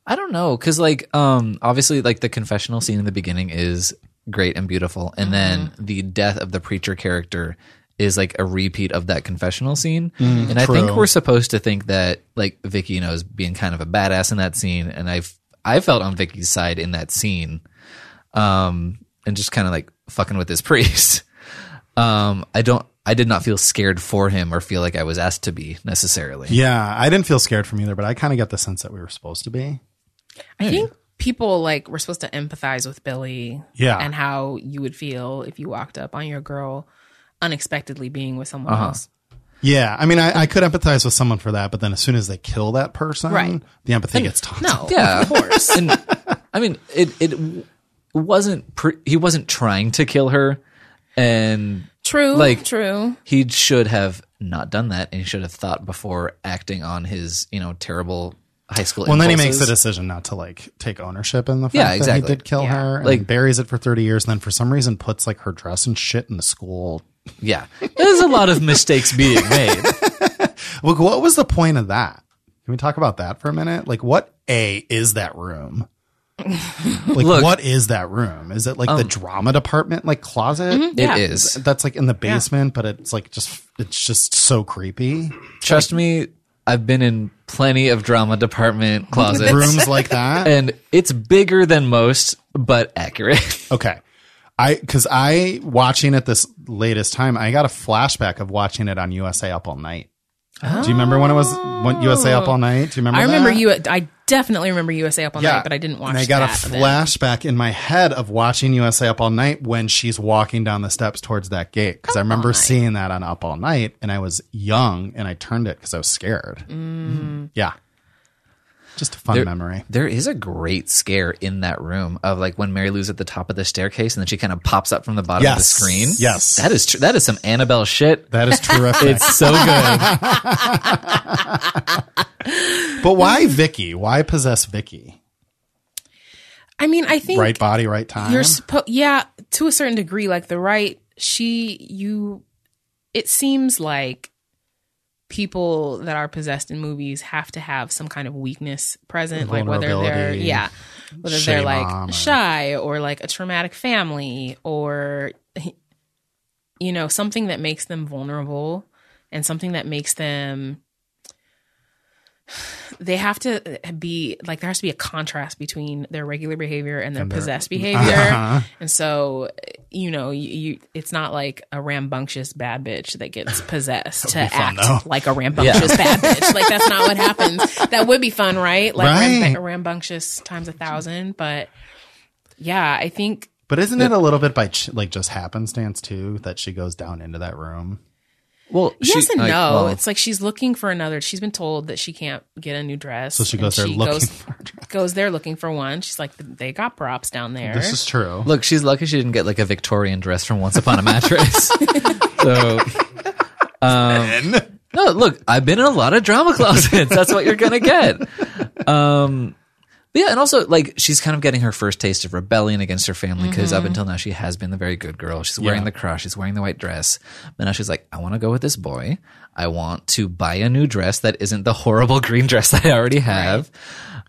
C: I don't know, because like um obviously like the confessional scene in the beginning is great and beautiful, and then the death of the preacher character is like a repeat of that confessional scene. and I
B: true.
C: think we're supposed to think that like Vicky, you know, is being kind of a badass in that scene, and I've I felt on Vicky's side in that scene. Um and just kind of like fucking with this priest. Um I don't I did not feel scared for him or feel like I was asked to be necessarily.
B: Yeah, I didn't feel scared from either, but I kind of got the sense that we were supposed to be.
A: I think people like were supposed to empathize with Billy.
B: Yeah.
A: And how you would feel if you walked up on your girl unexpectedly being with
B: Uh-huh.
A: someone else.
B: Yeah, I mean, I, I could empathize with someone for that, but then as soon as they kill that person,
A: Right.
B: the empathy gets tossed.
A: No.
C: Yeah, of course. and, I mean, it it w- wasn't pre- he wasn't trying to kill her, and
A: True.
C: Like-
A: true.
C: he should have not done that, and he should have thought before acting on his you know terrible high school.
B: Well, and then he makes
C: impulses.
B: the decision not to like take ownership in the fact
C: Yeah,
B: that
C: exactly.
B: he did kill
A: Yeah.
B: her, and
C: Like-
B: then buries it for thirty years, and then for some reason puts like her dress and shit in the school.
C: Yeah, there's a lot of mistakes being made.
B: Look, what was the point of that? Can we talk about that for a minute? Like, what a is that room? Like,
C: Look- Um,
B: what is that room? Is it like the drama department, like closet?
C: Mm-hmm.
A: Yeah.
C: It is.
B: that's like in the basement, but it's like just it's just so creepy.
C: Trust me, I've been in plenty of drama department closets,
B: Rooms like that.
C: and it's bigger than most, but accurate.
B: Okay. I because I watching it this latest time, I got a flashback of watching it on USA Up All Night. Do you remember when it was when USA Up All Night? Do you remember?
A: I remember
B: that?
A: you I definitely remember USA up all night, but I didn't watch
B: And I got
A: that
B: a
A: then.
B: flashback in my head of watching USA Up All Night when she's walking down the steps towards that gate because I remember seeing that on Up All
A: Mm.
B: Night, and I was young and I turned it because I was scared. Yeah. Mm. Just a fun memory.
C: There is a great scare in that room of like when Mary Lou's at the top of the staircase and then she kind of pops up from the bottom of the
B: Yes.
C: screen.
B: Yes.
C: That is tr- that is some Annabelle shit.
B: That is terrific.
C: It's so good.
B: but why Vicky? Why possess Vicky?
A: I mean, I think
B: Right body, right time.
A: you're supposed yeah to a certain degree like the right she you it seems like people that are possessed in movies have to have some kind of weakness present like whether they're
B: Vulnerability.
A: yeah whether
B: Shy
A: they're
B: mom or-
A: like shy or like a traumatic family or you know something that makes them vulnerable and something that makes them they have to uh, be like there has to be a contrast between their regular behavior and their
B: And their-
A: possessed behavior
B: Uh-huh.
A: and so uh, you know you, you it's not like a rambunctious bad bitch that gets possessed to
B: would be fun,
A: act
B: though.
A: like a rambunctious bad bitch like that's not what happens that would be fun right like
B: Right.
A: Ramb- rambunctious times a thousand but yeah i think
B: But isn't it a little bit by ch- like just happenstance too that she goes down into that room?
C: Well,
A: Yes
C: she-
A: and
C: like,
A: no.
C: well,
A: it's like she's looking for another. She's been told that she can't get a new dress.
B: So she
A: and
B: goes there looking
A: Goes,
B: for a dress.
A: goes there looking for one. She's like, they got props down there.
B: This is true.
C: Look, she's lucky she didn't get like a Victorian dress from Once Upon a Mattress. so, um, no, look, I've been in a lot of drama closets. That's what you're gonna get. Um, but yeah, and also like she's kind of getting her first taste of rebellion against her family because up until now she has been the very good girl. She's wearing
B: Yeah.
C: the cross, she's wearing the white dress, but now she's like, I want to go with this boy. I want to buy a new dress that isn't the horrible green dress that I already have.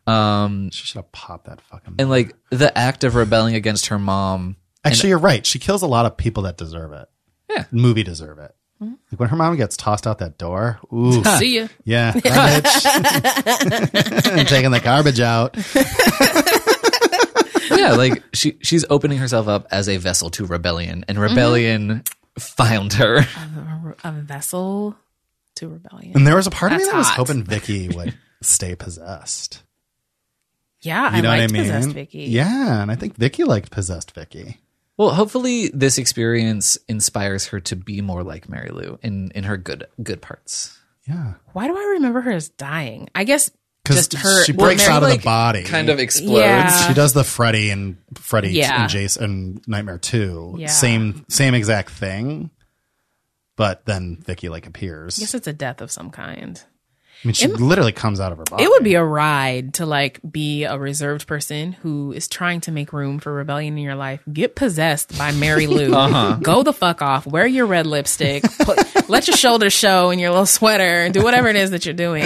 C: Um,
B: She should have popped that fucking.
C: and like the act of rebelling against her mom.
B: Actually, you're right. She kills a lot of people that deserve it.
C: Yeah.
B: Movie deserve it. Like when her mom gets tossed out that door. Ooh.
A: Mm-hmm. See ya.
B: yeah. Garbage. and taking the garbage out.
C: yeah, like she she's opening herself up as a vessel to rebellion, and rebellion found her.
A: A, a vessel to rebellion.
B: And there was a part of me
A: That's
B: that was
A: hot.
B: hoping Vicky would stay possessed.
A: Yeah,
B: You know
A: I
B: what I
A: liked
B: mean?
A: possessed Vicky.
B: Yeah. And I think Vicky liked possessed Vicky.
C: Well, hopefully this experience inspires her to be more like Mary Lou in in her good good parts.
B: Yeah.
A: Why do I remember her as dying? I guess
B: Because
A: just her.
B: she breaks
C: Mary,
B: out of
C: like,
B: the body.
C: Kind of explodes.
A: Yeah.
B: She does the Freddy and Freddy t-
A: Yeah.
B: and Jason Nightmare Two.
A: Yeah.
B: Same same exact thing. But then Vicky like appears.
A: I guess it's a death of some kind.
B: I mean, she literally comes out of her body.
A: It would be a ride to like be a reserved person who is trying to make room for rebellion in your life. Get possessed by Mary Lou.
B: Uh-huh.
A: Go the fuck off. Wear your red lipstick. Put, let your shoulders show in your little sweater. Do whatever it is that you're doing,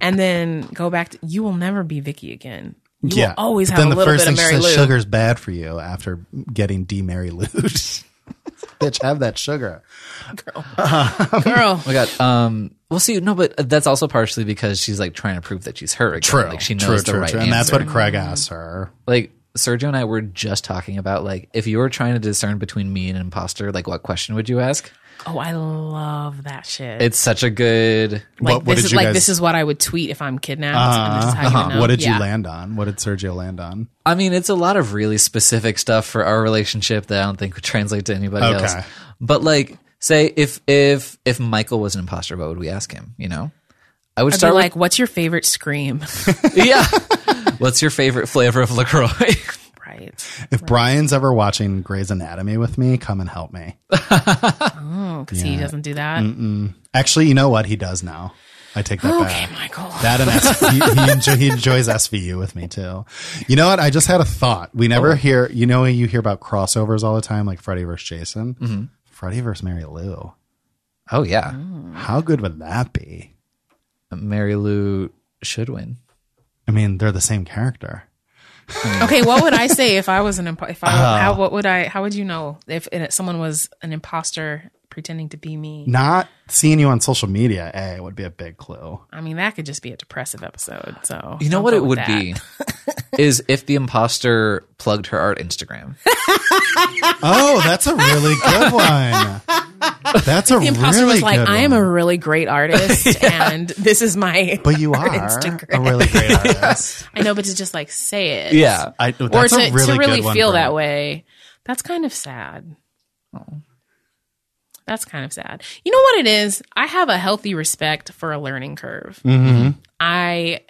A: and then go back. to You will never be Vicky again. You will always
B: But
A: have a little bit of
B: she
A: Mary
B: says,
A: Lou.
B: Sugar's bad for you after getting de Mary Lou. Bitch, have that sugar.
A: Girl,
C: Oh my god. Um. Well, see, no, but that's also partially because she's like trying to prove that she's her. Again. Like she knows
B: true,
C: the
B: true,
C: right
B: true. And that's
C: answer.
B: what Craig
A: Mm-hmm.
B: asks her.
C: like Sergio and I were just talking about like if you were trying to discern between me and an imposter, like what question would you ask?
A: oh, I love that shit.
C: It's such a good
A: like
B: what- what
A: this
B: did
A: is
B: you
A: like
B: guys- Uh-huh.
A: this is what I would tweet if I'm kidnapped. and this is how you know.
B: What did
A: Yeah.
B: you land on? What did Sergio land on?
C: I mean, it's a lot of really specific stuff for our relationship that I don't think would translate to anybody
B: Okay.
C: else. But like, say if if if Michael was an imposter, what would we ask him? You know, I would
A: I'd be
C: start
A: like, what's your favorite scream?
C: with yeah. What's your favorite flavor of Lacroix?
A: right.
B: If Brian's ever watching Grey's Anatomy with me, come and help me.
A: Oh, because he doesn't do that.
B: Actually, you know what? He does now. I take that
A: Okay,
B: back.
A: Michael.
B: That and S- he, he, enjo- he enjoys SVU with me too. You know what? I just had a thought. We never hear, you know, you hear about crossovers all the time, like Freddy versus Jason, Freddy versus Mary Lou.
C: oh yeah,
B: How good would that be?
A: Oh.
C: Mary Lou should win.
B: I mean, they're the same character.
A: okay, what would I say if I was an impo- if I
B: Uh-huh.
A: how what would I how would you know if it- someone was an imposter pretending to be me?
B: Not seeing you on social media, A, would be a big clue.
A: I mean, that could just be a depressive episode. So
C: You know
A: don't
C: what
A: go
C: it
A: with
C: would
A: that.
C: be is if the imposter plugged her art Instagram.
B: Oh, that's a really good one. That's a
A: The imposter
B: really
A: was like,
B: good
A: I am
B: one.
A: a really great artist, and this is my.
B: But you are
A: Instagram.
B: a really great artist.
A: I know, but to just like say it,
B: I, that's
A: or to,
B: a really
A: to really
B: good one
A: feel
B: for
A: that
B: me.
A: way. That's kind of sad. That's kind of sad. You know
B: Mm-hmm.
A: what it is? I have a healthy respect for a learning curve. I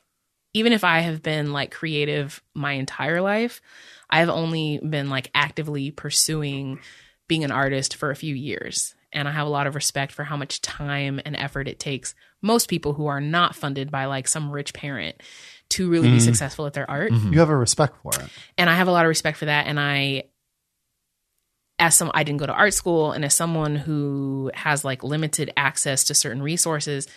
A: even if I have been like creative my entire life, I've only been like actively pursuing being an artist for a few years. And I have a lot of respect for how much time and effort it takes most people who are not funded by like some rich parent to really
B: Mm-hmm.
A: be successful at their art
C: Mm-hmm.
B: You have a respect for it.
A: and I have a lot of respect for that. And I, as some, I didn't go to art school, and as someone who has like limited access to certain resources,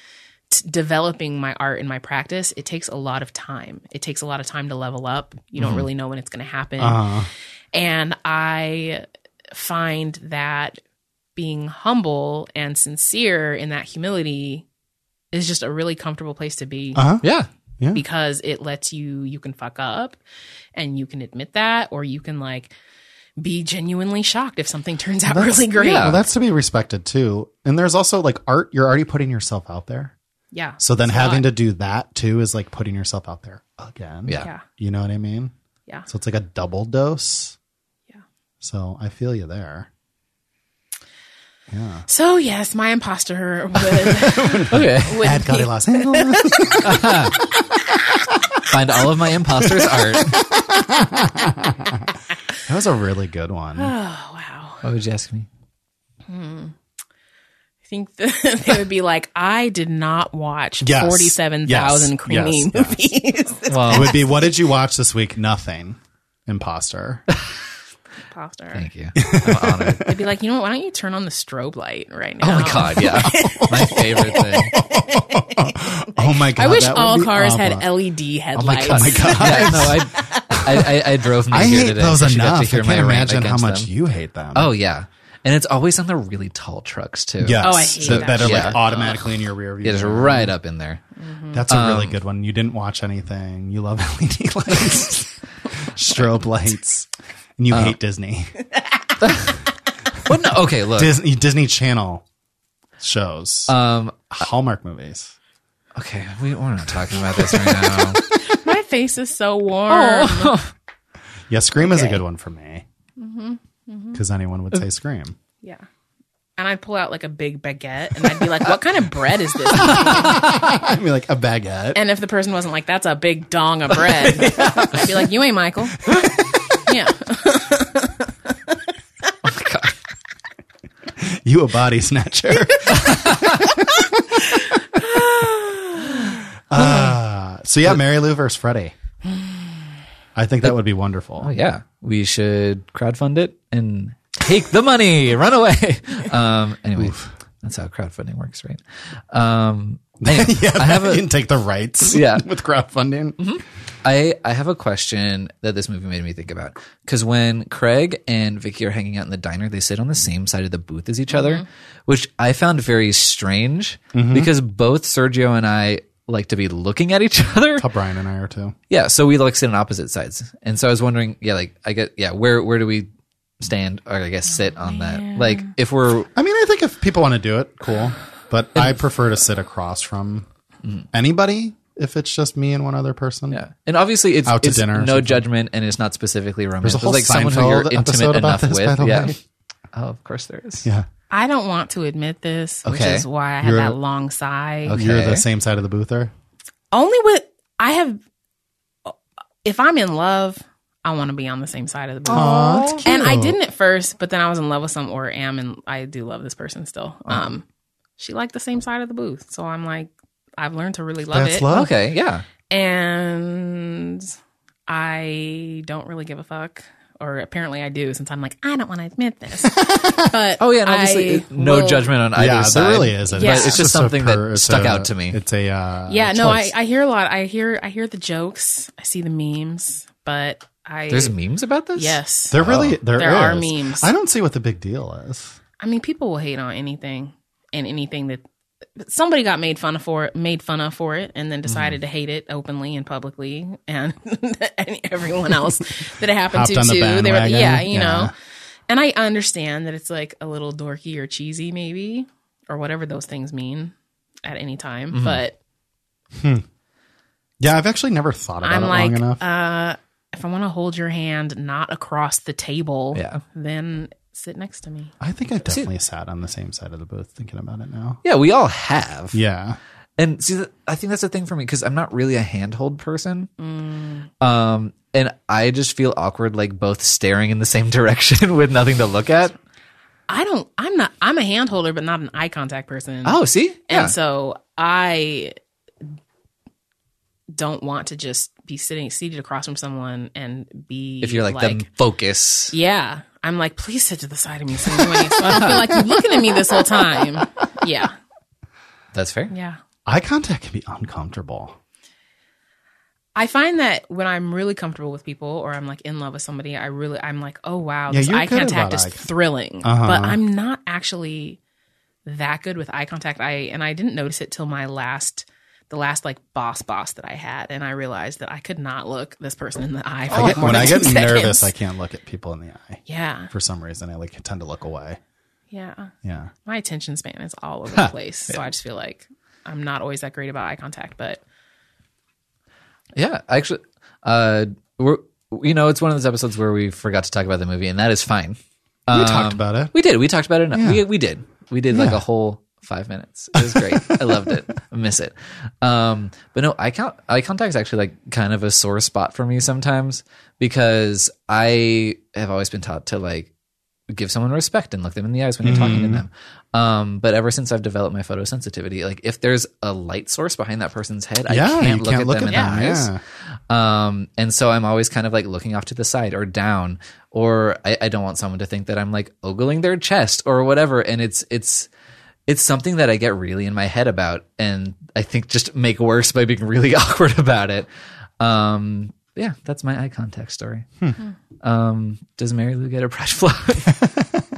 A: t- developing my art and my practice, it takes a lot of time. It takes a lot of time to level up. You don't really know when it's going to happen,
B: Uh,
A: and I find that being humble and sincere in that humility is just a really comfortable place to be
B: uh-huh.
C: Yeah.
A: Mm-hmm. because it lets you you can fuck up and you can admit that or you can like be genuinely shocked if something turns out
B: That's-
A: really great.
B: Well,
A: Yeah.
B: that's to be respected too. And there's also like art. You're already putting yourself out there. So then
A: It's a
B: having
A: lot.
B: to do that too is like putting yourself out there again.
C: Yeah.
A: Yeah.
B: You know what I mean?
A: Yeah.
B: So it's like a double dose.
A: Yeah.
B: So I feel you there. Yeah.
A: So yes, my imposter would,
C: Okay.
A: would
B: Ad Cali Los Angeles.
C: Find all of my imposters art.
B: that was a really good one.
A: Oh wow.
C: What would you ask me?
A: I think that they would be like, I did not watch
B: Yes.
A: forty seven thousand
B: Yes.
A: creamy
B: Yes.
A: movies.
B: It
C: Well,
B: would be what did you watch this week? Nothing. Imposter.
A: imposter.
C: thank you. I'm honored.
A: They'd be like, you know what, why don't you turn on the strobe light right now?
C: Oh my god, yeah. My favorite thing.
B: Oh my god.
A: I wish
B: that would
A: all
B: be
A: cars
B: awful.
A: had LED headlights.
B: Oh my god.
C: Yeah, no, I, I, I, I drove me
B: I
C: here
B: hate
C: today.
B: those
C: so she got
B: enough.
C: To hear
B: I
C: my
B: can't
C: rant
B: imagine how
C: against
B: much
C: them.
B: you hate them.
C: Oh yeah, and it's always on the really tall trucks too.
B: yes.
A: Oh, I hate
B: that,
A: that
B: that are
C: shit.
B: like automatically in your rear view.
C: it is right up in there.
B: That's a really good one. You didn't watch anything. You love LED lights, strobe lights, and you hate Disney.
C: Well, no, okay, look.
B: Disney Disney Channel shows,
C: Um,
B: Hallmark movies.
C: okay, we, we're not talking about this right now.
A: My face is
B: Oh.
A: so warm.
B: Yeah, Scream is a good one for me Mm-hmm, because anyone would say Scream.
A: Yeah. And I'd pull out like a big baguette and I'd be like, what kind of bread is this?
B: I mean, like a baguette.
A: And if the person wasn't like, that's a big dong of bread, I'd be like, you ain't Michael. yeah.
C: Oh my god.
B: You a body snatcher. Ah, so yeah, Mary Lou versus Freddy. I think that would be wonderful.
C: Oh yeah, we should crowdfund it and take the money, run away. Um, anyway, that's how crowdfunding works, right? Um, anyway,
B: yeah,
C: I have
B: you
C: a
B: can take the rights.
C: Yeah. Mm-hmm.
B: with crowdfunding.
C: I, I have a question that this movie made me think about because when Craig and Vicky are hanging out in the diner, they sit on the same side of the booth as each other, which I found very strange
B: Mm-hmm.
C: because both Sergio and I like to be looking at each other.
B: How Brian and I are too.
C: Yeah, so we like sit on opposite sides, and so I was wondering, yeah, like I get, yeah, where where do we stand or I guess sit on that? Like if we're
B: I mean, I think if people want to do it, cool. But I prefer to sit across from anybody if it's just me and one other person.
C: Mm-hmm. yeah, and obviously it's,
B: Out to
C: it's
B: dinner or
C: no
B: something.
C: judgment, and it's not specifically romance.
B: There's a
C: It's
B: whole
C: like someone who
B: Seinfeld episode
C: you're intimate
B: about
C: enough
B: this, by
C: with.
B: the
C: yeah.
B: way.
C: Oh, of course there is.
B: Yeah.
A: I don't want to admit this, which
C: Okay.
A: is why I had
B: You're-
A: that long sigh.
C: Okay.
B: You're the same side of the boother.
A: Only with, I have, if I'm in love, I want to be on the same side of the booth.
B: Aw, that's
A: And I
B: cute.
A: didn't at first, but then I was in love with some or am and I do love this person still. Um she liked the same side of the booth. So I'm like I've learned to really love
B: That's
A: it.
B: love.
C: Okay, yeah.
A: And I don't really give a fuck. Or apparently I do since I'm like, I don't want to admit this. but
C: Oh yeah, and obviously
A: I
C: it- no
A: will-
C: judgment on either
B: yeah,
C: side.
B: there really isn't.
A: Yeah. It's
C: just something that
B: it's
C: stuck
B: a-
C: out to me.
B: It's a uh,
A: Yeah, no, I,
B: choice.
A: I hear a lot. I hear I hear the jokes. I see the memes, but I
C: There's memes about this.
A: yes.
C: Oh.
B: there really there,
A: There are
B: is.
A: memes.
B: I don't see what the big deal is.
A: I mean, people will hate on anything and anything that somebody got made fun of for it, made fun of for it, and then
B: Mm-hmm.
A: decided to hate it openly and publicly, and, and everyone else that it happened to
B: Hopped on the
A: too. They were,
B: bandwagon.
A: yeah, you
B: Yeah.
A: know. And I understand that it's like a little dorky or cheesy, maybe, or whatever those things mean at any time.
B: Mm-hmm.
A: But
B: Yeah, I've actually never thought about
A: I'm
B: it long
A: like,
B: enough.
A: uh, if I want to hold your hand, not across the table,
C: Yeah.
A: then sit next to me.
B: I think I definitely sat on the same side of the booth thinking about it now.
C: Yeah, we all have.
B: Yeah.
C: And see, th- I think that's the thing for me because I'm not really a handhold person. Um, and I just feel awkward, like both staring in the same direction with nothing to look at.
A: I don't. I'm not. I'm a hand holder, but not an eye contact person.
C: Oh, see,
A: And so I don't want to just be sitting seated across from someone and be
C: if you're like, the focus,
A: yeah. I'm like, please sit to the side of me, so I don't feel like you're looking at me this whole time. Yeah,
C: that's fair.
A: yeah.
B: Eye contact can be uncomfortable.
A: I find that when I'm really comfortable with people or I'm like in love with somebody, I really I'm like, oh wow,
B: Yeah,
A: this
B: you're
A: eye
B: good
A: contact
B: about
A: is
B: eye con-
A: thrilling.
B: Uh-huh.
A: But I'm not actually that good with eye contact. I and I didn't notice it till my last the last like boss boss that I had, and I realized that I could not look this person in the eye
C: Oh,
A: for
B: I get,
A: more
B: Oh, when
A: than
B: I get
A: two
B: nervous,
A: seconds.
B: I can't look at people in the eye
A: yeah,
B: for some reason. I like tend to look away.
A: yeah.
B: Yeah.
A: My attention span is all over the place, so I just feel like I'm not always that great about eye contact. But
C: Yeah, actually, uh, we're you know, it's one of those episodes where we forgot to talk about the movie, and that is fine.
B: We talked about it.
C: Um, We did. We talked about it. Enough.
B: Yeah.
C: We we did. We did like
B: Yeah.
C: a whole five minutes. It was great. I loved it. I miss it. Um, but no, eye count eye contact's actually like kind of a sore spot for me sometimes because I have always been taught to like give someone respect and look them in the eyes when you're talking to
B: Mm-hmm.
C: them. Um, but ever since I've developed my photosensitivity, like if there's a light source behind that person's head, I
B: Yeah,
C: can't,
B: you
C: look,
B: can't
C: at
B: look
C: them
B: at
C: in
B: them,
C: the eyes.
B: yeah.
C: Um, and so I'm always kind of like looking off to the side or down, or I, I don't want someone to think that I'm like ogling their chest or whatever. And it's it's it's something that I get really in my head about, and I think just make worse by being really awkward about it. Um, yeah, that's my eye contact story. Um, does Mary Lou get a pride flag?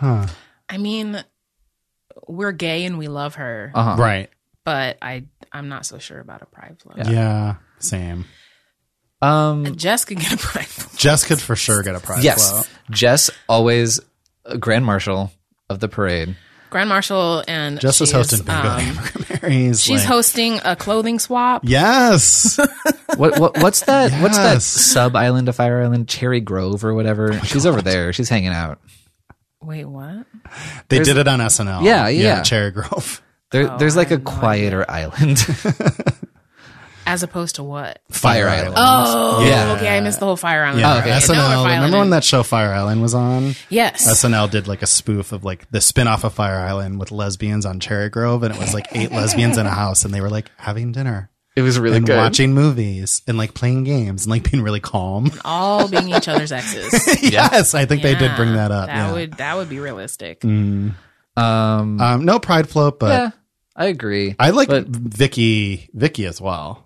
A: I mean, we're gay and we love her.
C: uh-huh.
B: Right.
A: but I I'm not so sure about a pride flow.
B: Yeah. Same.
C: Um,
A: Jess could get a pride flow.
B: Jess could for sure get a prize.
C: yes,
B: float.
C: Jess always uh, grand marshal of the parade.
A: Grand Marshal and
B: Jess is
A: she's,
B: hosting Bingo
A: um,
B: Hamburger Mary's.
A: she's
B: like-
A: hosting a clothing swap.
B: Yes.
C: What, what what's that? What's that
B: Yes. Oh
C: sub island to Fire Island, Cherry Grove or whatever? She's over there. She's hanging out.
A: Wait, what?
B: They did it on SNL.
C: Yeah, yeah.
B: Cherry Grove.
C: There, there's
A: Oh, I
C: like a
A: have no
C: quieter island,
A: As opposed to what?
C: Fire Island. Oh,
A: Oh,
C: Yeah.
A: okay. I missed the whole Fire Island.
B: Yeah, Oh,
A: part. Okay, now we're
B: SNL.
A: Fire
B: Remember when
A: Island.
B: that show Fire Island was on?
A: Yes.
B: SNL did like a spoof of like the spin off of Fire Island with lesbians on Cherry Grove, and it was like eight lesbians in a house, and they were like having dinner
C: it was really
B: and
C: good.
B: watching movies and like playing games and like being really calm.
A: All being each other's exes.
B: yes, I think they did bring
A: Yeah,
B: that up.
A: That
B: yeah. Mm.
A: would that would be realistic.
C: Um,
B: um, no pride float, but
C: yeah, I agree.
B: I like
C: But-
B: Vicky, Vicky as well.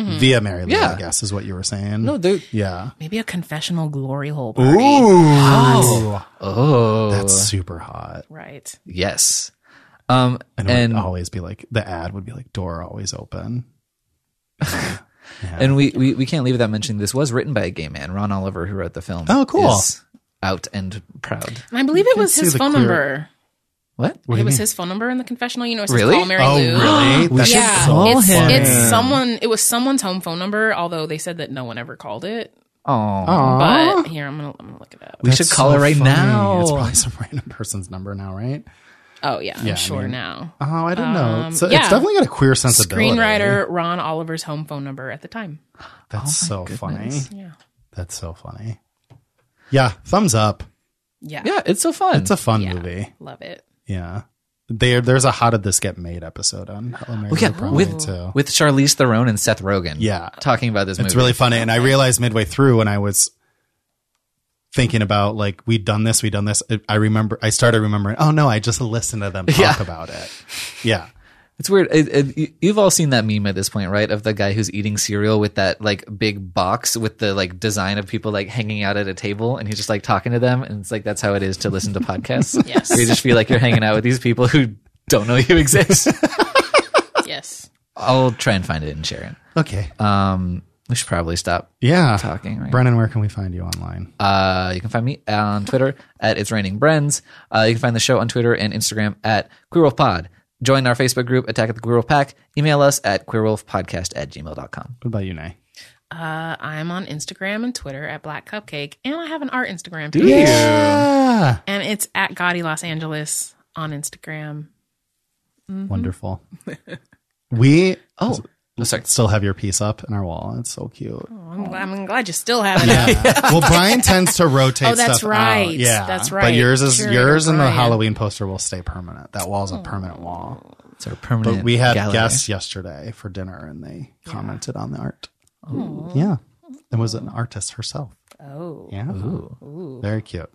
B: Via Mary Lou,
C: Yeah.
B: I guess is what you were saying.
C: no, dude.
B: yeah.
A: Maybe a confessional glory hole
B: Ooh,
A: party.
C: Oh,
B: that's super hot.
A: Right.
C: yes. Um,
B: And
C: and
B: it
C: and,
B: would always be like the ad would be like door always open.
C: we, we we can't leave without mentioning this was written by a gay man, Ron Oliver, who wrote the film.
B: Oh, cool.
C: is out and proud.
A: And I believe it was
B: see
A: his
B: the
A: phone
B: clear-
A: number.
C: What?
A: it was his phone number in the confessional. You know, it says
C: Really?
A: call Mary
B: Oh,
A: Lou.
B: really?
C: We
B: That's
C: should
A: yeah,
B: so
C: call
A: it's,
C: him.
B: funny.
A: it's someone. It was someone's home phone number, although they said that no one ever called it.
C: Oh,
B: Aw.
A: But here, I'm gonna, I'm gonna look it up.
C: we should
B: That's
C: call
B: so
C: her right
B: funny.
C: now.
B: It's probably some random person's number now, right?
A: Oh yeah,
B: Yeah, I
A: I'm sure
B: mean-
A: now.
B: Oh, I don't know.
A: Um,
B: So
A: yeah.
B: it's definitely got a queer sensibility.
A: Screenwriter Ron Oliver's home phone number at the time.
B: That's so funny.
A: Yeah,
B: That's so funny. Yeah, thumbs up.
A: yeah,
C: yeah, it's so fun.
B: It's a fun
A: Yeah.
B: movie.
A: love it.
B: Yeah. There, there's a how did this get made episode on Hello Mary
C: Oh, yeah,
B: Lou Brown
C: with-
B: too.
C: with Charlize Theron and Seth Rogen.
B: Yeah.
C: talking about this movie.
B: It's really funny. And I realized midway through when I was thinking about like we'd done this, we'd done this. I- I remember I started remembering. Oh no, I just listened to them talk
C: Yeah.
B: about it. Yeah,
C: It's weird. It, it, you- you've all seen that meme at this point, right? Of the guy who's eating cereal with that like big box with the like design of people like hanging out at a table, and he's just like talking to them, and it's like that's how it is to listen to podcasts.
A: Yes.
C: you just feel like you're hanging out with these people who don't know you exist.
A: Yes,
C: I'll try and find it and share
B: okay.
C: it. Um, we should probably stop
B: yeah,
C: talking. Right?
B: Brennan, where can we find you online?
C: Uh, you can find me on Twitter at It's Raining Brens. Uh, you can find the show on Twitter and Instagram at Queer Wolf Pod. Join our Facebook group, Attack at the Queer Wolf Pack. Email us at queerwolfpodcast at gmail.com.
B: What about you, Nay?
A: uh, I'm on Instagram and Twitter at Black Cupcake, and I have an art Instagram
C: you?
A: page,
B: Yeah.
A: and it's at Gaudy Los Angeles on Instagram.
B: Mm-hmm. Wonderful. we
C: Oh, no, sorry.
B: still have your piece up in our wall. It's so cute.
A: I'm, gl- I'm glad you still have it. up.
B: well, Brian tends to rotate.
A: Oh, that's
B: stuff out.
A: right.
B: Yeah,
A: That's
B: But
A: right.
B: yours is
A: Curator
B: yours, and the
A: Brian. Oh.
B: Halloween poster will stay permanent. That wall's a permanent wall.
C: It's our permanent.
B: But we had
C: gallery.
B: guests yesterday for dinner, and they commented on the art. Yeah, it was an artist herself.
A: Oh,
B: Yeah, very cute.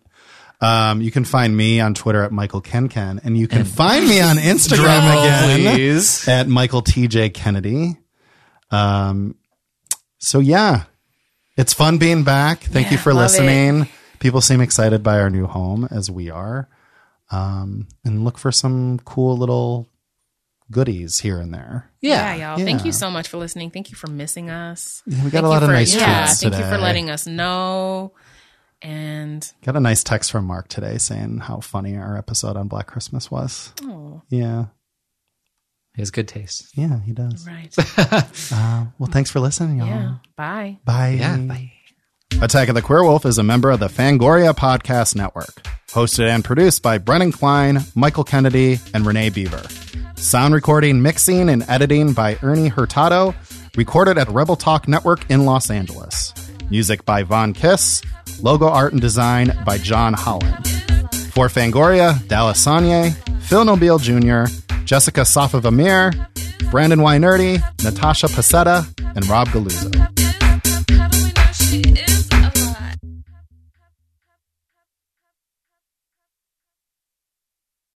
B: Um, you can find me on Twitter at Michael Kenken, and you can find me on Instagram again
C: Please.
B: at Michael TJ Kennedy. Um, so yeah, it's fun being back. Thank you
A: Yeah,
B: for
A: love
B: listening. People seem excited by our new home as we are. Um, and look for some cool little goodies here and there.
A: yeah,
C: Yeah.
A: y'all. Thank you so much for listening. Thank you for missing us.
B: Yeah, we got
A: Thank
B: a lot
A: you
B: of
A: for-
B: nice
A: yeah,
B: tweets
A: Thank
B: today.
A: you for letting us know. And
B: Got a nice text from Mark today saying how funny our episode on Black Christmas was.
A: oh,
B: Yeah,
C: He has good taste.
B: yeah, he does.
A: right,
B: Uh, well, thanks for listening, y'all.
A: yeah. Bye.
B: Bye.
C: Yeah. Bye.
B: Attack of the Queer Wolf is a member of the Fangoria Podcast Network, hosted and produced by Brennan Klein, Michael Kennedy, and Renee Beaver. Sound recording, mixing, and editing by Ernie Hurtado, recorded at Rebel Talk Network in Los Angeles. Music by Von Kiss, logo art and design by John Holland. For Fangoria, Dallas Sanye, Phil Nobile Jr., Jessica Safavamir, Brandon Wynerdy, Natasha Passetta, and Rob Galuzzo.